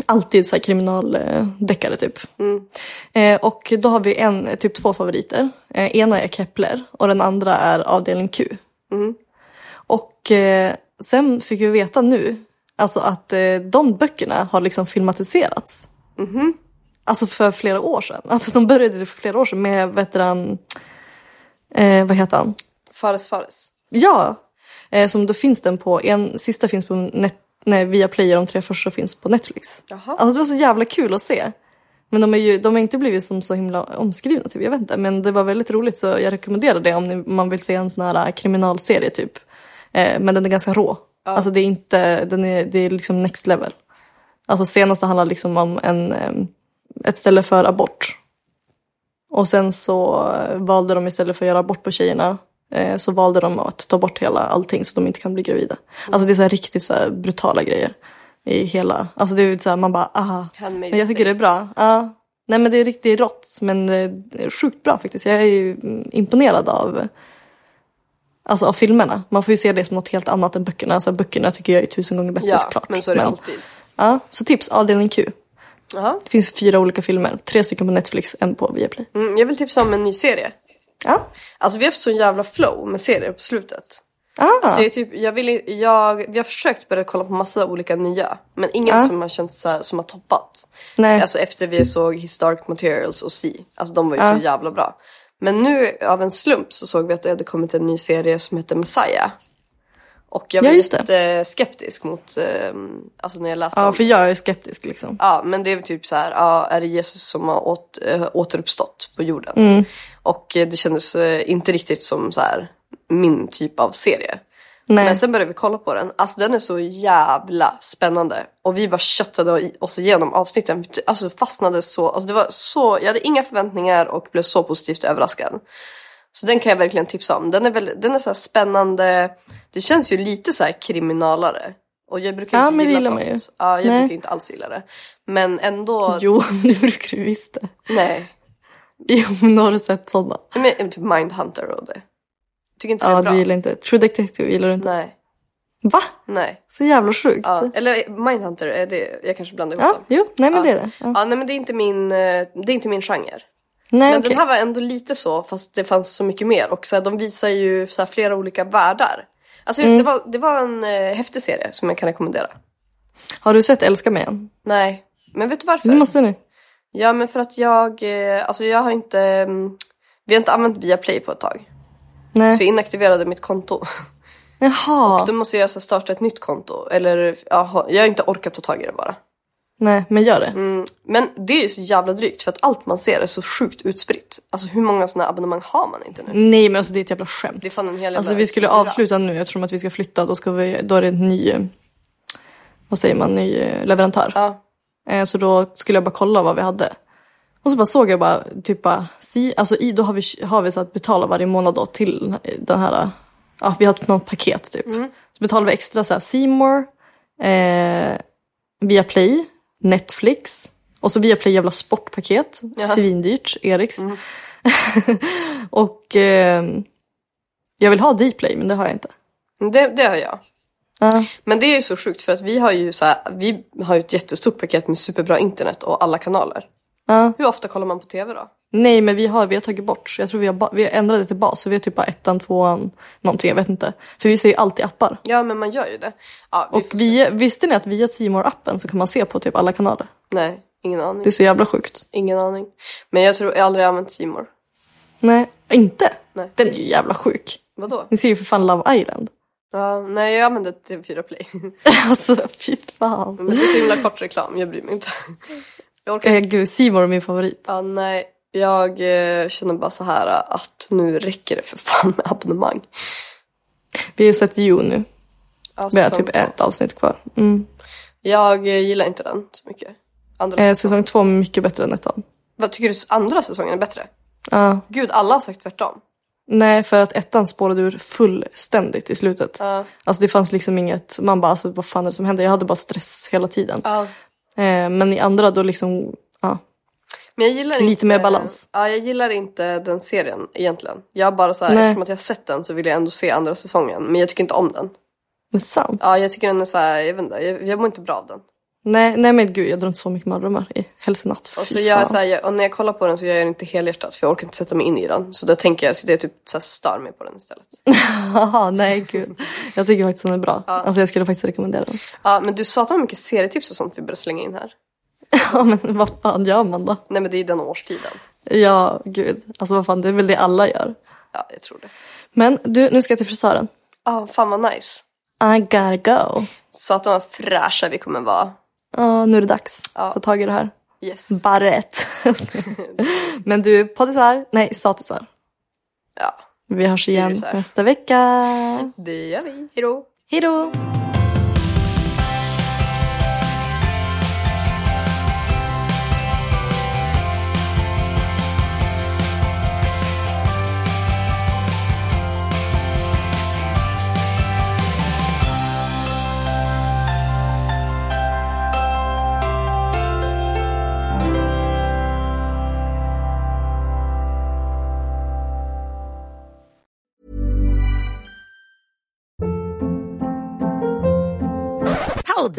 Speaker 2: Alltid så här kriminaldeckare typ. Eh, och då har vi en, typ två favoriter. Eh, ena är Kepler och den andra är avdelning Q. Och eh, sen fick vi veta nu alltså att eh, de böckerna har liksom filmatiserats. Alltså för flera år sedan. Alltså de började för flera år sedan med, vet du, han, eh, vad heter han?
Speaker 1: Fares Fares.
Speaker 2: Ja! Eh, som då finns den på, en sista finns på net, nej, via Play och de tre första finns på Netflix.
Speaker 1: Jaha.
Speaker 2: Alltså det var så jävla kul att se. Men de, är ju, de har inte blivit som så himla omskrivna, typ. jag vet inte. Men det var väldigt roligt så jag rekommenderar det om ni, man vill se en sån här äh, kriminalserie typ. Eh, men den är ganska rå. Alltså det är inte, den är, det är liksom next level. Alltså senaste handlar liksom om en, eh, ett ställe för abort. Och sen så eh, valde de istället för att göra abort på tjejerna eh, så valde de att ta bort hela allting så de inte kan bli gravida. Alltså det är så här riktigt så här brutala grejer i hela, alltså det är ju så här, man bara aha.
Speaker 1: Handmaid's
Speaker 2: Men jag tycker det är bra. Ja. Nej men det är riktigt rått men eh, det är sjukt bra faktiskt. Jag är ju mm, imponerad av Alltså av filmerna. Man får ju se det som något helt annat än böckerna. Alltså böckerna tycker jag är tusen gånger bättre
Speaker 1: Ja,
Speaker 2: såklart.
Speaker 1: men så är det alltid.
Speaker 2: Ja, så tips, avdelning Q.
Speaker 1: Jaha.
Speaker 2: Det finns fyra olika filmer. Tre stycken på Netflix, en på Viaplay.
Speaker 1: Mm, jag vill tipsa om en ny serie.
Speaker 2: Ja.
Speaker 1: Alltså vi har haft sån jävla flow med serier på slutet.
Speaker 2: Ah.
Speaker 1: Så jag, typ, jag vill, jag, vi har försökt börja kolla på massa olika nya. Men ingen
Speaker 2: Ja.
Speaker 1: som har känts så här, som har toppat.
Speaker 2: Nej.
Speaker 1: Alltså efter vi såg Historic Materials och Sea. Alltså de var ju
Speaker 2: Ja.
Speaker 1: så jävla bra. Men nu av en slump så såg vi att det hade kommit en ny serie som heter Messiah. Och jag
Speaker 2: Ja,
Speaker 1: var
Speaker 2: just det.
Speaker 1: lite skeptisk mot, eh, alltså när jag läste
Speaker 2: ja,
Speaker 1: om-
Speaker 2: för jag är skeptisk liksom.
Speaker 1: Ja, men det är typ så här, ja, är det Jesus som har åt, äh, återuppstått på jorden?
Speaker 2: Mm.
Speaker 1: Och eh, det kändes eh, inte riktigt som så här, min typ av serie.
Speaker 2: Nej.
Speaker 1: Men sen började vi kolla på den. Alltså den är så jävla spännande. Och vi bara köttade i- oss igenom avsnitten. Vi ty- Alltså fastnade så. Alltså det var så. Jag hade inga förväntningar och blev så positivt överraskad. Så den kan jag verkligen tipsa om. Den är, väl, den är så här spännande. Det känns ju lite så här kriminalare. Och jag brukar
Speaker 2: Ja,
Speaker 1: inte
Speaker 2: men det
Speaker 1: gilla
Speaker 2: gillar
Speaker 1: sånt.
Speaker 2: man ju.
Speaker 1: Ja, jag
Speaker 2: Nej.
Speaker 1: brukar inte alls gilla det. Men ändå.
Speaker 2: Jo, det brukar du visst det.
Speaker 1: Nej.
Speaker 2: Jo, men har du sett sådana?
Speaker 1: Men, men typ Mindhunter och det. Tycker inte det
Speaker 2: Ja,
Speaker 1: är bra.
Speaker 2: du gillar inte. True Detective gillar du inte.
Speaker 1: Nej.
Speaker 2: Va?
Speaker 1: Nej.
Speaker 2: Så jävla sjukt.
Speaker 1: Ja. Eller Mindhunter, är det, jag kanske blandar ihop
Speaker 2: Ja,
Speaker 1: dem.
Speaker 2: jo, nej men
Speaker 1: Ja.
Speaker 2: det är det. Ja.
Speaker 1: Ja, nej men det är inte min, eh, det är inte min genre.
Speaker 2: Nej,
Speaker 1: Men
Speaker 2: okej.
Speaker 1: den här var ändå lite så, fast det fanns så mycket mer. Och så här, de visar ju så här, flera olika världar. Alltså
Speaker 2: Mm.
Speaker 1: det, var, det var en eh, häftig serie som jag kan rekommendera.
Speaker 2: Har du sett Älska mig än?
Speaker 1: Nej, men vet du varför?
Speaker 2: Det måste ni.
Speaker 1: Ja, men för att jag, eh, alltså jag har inte, mm, vi har inte använt Viaplay på ett tag.
Speaker 2: Nej.
Speaker 1: Så jag inaktiverade mitt konto.
Speaker 2: Jaha.
Speaker 1: Då måste jag så här, starta ett nytt konto. Eller, ja, ha- jag har inte orkat ta tag i det bara.
Speaker 2: Nej, men gör det.
Speaker 1: Mm, men det är ju så jävla drygt för att allt man ser är så sjukt utspritt. Alltså hur många sådana abonnemang har man inte nu?
Speaker 2: Nej, men alltså det är ett jävla skämt.
Speaker 1: Det är fan en hel jävla-
Speaker 2: Alltså vi skulle avsluta nu eftersom att vi ska flytta. Då, ska vi, då är det en ny, eh, vad säger man, ny eh, leverantör.
Speaker 1: Ja.
Speaker 2: Eh, Så då skulle jag bara kolla vad vi hade. Och så bara såg jag bara, typ bara, si, alltså i, då har vi, har vi så att betala varje månad då till den här, ja vi har typ något paket typ. Så betalar vi extra så här C-more, eh, Viaplay, Netflix och så Viaplay jävla sportpaket, svindyrt, Eriks. och eh, jag vill ha Dplay men det har jag inte.
Speaker 1: Det, det har jag.
Speaker 2: Ja.
Speaker 1: Men det är ju så sjukt för att vi har ju så här, vi har ju ett jättestort paket med superbra internet och alla kanaler.
Speaker 2: Ja.
Speaker 1: Hur ofta kollar man på tv då?
Speaker 2: Nej, men vi har, vi har tagit bort. så Jag tror vi har, ba- vi har ändrat det till bas. Så vi har typ bara ettan, tvåan, någonting. Jag vet inte. För vi ser ju alltid appar.
Speaker 1: Ja men man gör ju det. Ja, vi
Speaker 2: Och
Speaker 1: får se.
Speaker 2: vi, visste ni att via Simor appen så kan man se på typ alla kanaler?
Speaker 1: Nej, ingen aning.
Speaker 2: Det är så jävla sjukt.
Speaker 1: Ingen aning. Men jag tror jag har aldrig använt Simor.
Speaker 2: Nej, inte?
Speaker 1: Nej.
Speaker 2: Den är ju jävla sjuk.
Speaker 1: Vadå?
Speaker 2: Ni ser ju för fan Love Island.
Speaker 1: Ja, nej jag använde TV4 Play.
Speaker 2: alltså fy fan.
Speaker 1: Men det är så himla kort reklam, jag bryr mig inte. Jag orkar
Speaker 2: Eh, gud, Simor är min favorit.
Speaker 1: Ja, nej. Jag eh, känner bara så här eh, att nu räcker det för fan med abonnemang.
Speaker 2: Vi har ju sett You nu.
Speaker 1: Alltså,
Speaker 2: Vi har
Speaker 1: som-
Speaker 2: typ ett avsnitt kvar. Mm.
Speaker 1: Jag eh, gillar inte den så mycket. Andra
Speaker 2: Eh,
Speaker 1: säsong.
Speaker 2: säsong två är mycket bättre än ettan.
Speaker 1: Vad tycker du andra säsongen är bättre?
Speaker 2: Ja.
Speaker 1: Gud, alla har sagt tvärtom.
Speaker 2: Nej, för att ettan spårade ur fullständigt i slutet.
Speaker 1: Ja.
Speaker 2: Alltså det fanns liksom inget, man bara alltså, vad fan är det som händer? Jag hade bara stress hela tiden.
Speaker 1: Ja.
Speaker 2: Eh, men i andra då liksom, ja.
Speaker 1: Men jag gillar
Speaker 2: Lite
Speaker 1: inte,
Speaker 2: mer balans.
Speaker 1: Ja, jag gillar inte den serien egentligen. Jag bara så här,
Speaker 2: Nej.
Speaker 1: eftersom att jag har sett den så vill jag ändå se andra säsongen. Men jag tycker inte om den.
Speaker 2: Men sant.
Speaker 1: Ja, jag tycker den är så här, jag vet inte, jag, jag mår inte bra av den.
Speaker 2: Nej, nej men gud jag har drömt så mycket mardrömmar i helst i natt. Fy
Speaker 1: Och, så gör
Speaker 2: fan.
Speaker 1: jag så här, jag, och när jag kollar på den så gör jag det inte helhjärtat för jag orkar inte sätta mig in i den. Så då tänker jag, så det är typ så här, stör mig på den istället.
Speaker 2: Haha, nej gud. Jag tycker faktiskt den är bra. Alltså jag skulle faktiskt rekommendera den.
Speaker 1: Ja, men du sa att det var mycket serietips och sånt vi började slänga in här.
Speaker 2: Ja men vad fan gör man då?
Speaker 1: Nej men det är ju den årstiden.
Speaker 2: Ja gud, alltså vad fan det är väl det alla gör.
Speaker 1: Ja, jag tror det.
Speaker 2: Men du, nu ska jag till frisören.
Speaker 1: Ja, fan vad nice.
Speaker 2: I gotta go.
Speaker 1: Satan vad fräscha vi kommer vara.
Speaker 2: Ja, nu är det dags.
Speaker 1: Ja.
Speaker 2: Ta tag i det här.
Speaker 1: Yes.
Speaker 2: Barret. men du, poddisar, nej statusar.
Speaker 1: Ja,
Speaker 2: Vi hörs igen
Speaker 1: Siriusar.
Speaker 2: nästa vecka.
Speaker 1: det gör vi. Hejdå.
Speaker 2: Hejdå!
Speaker 3: Hold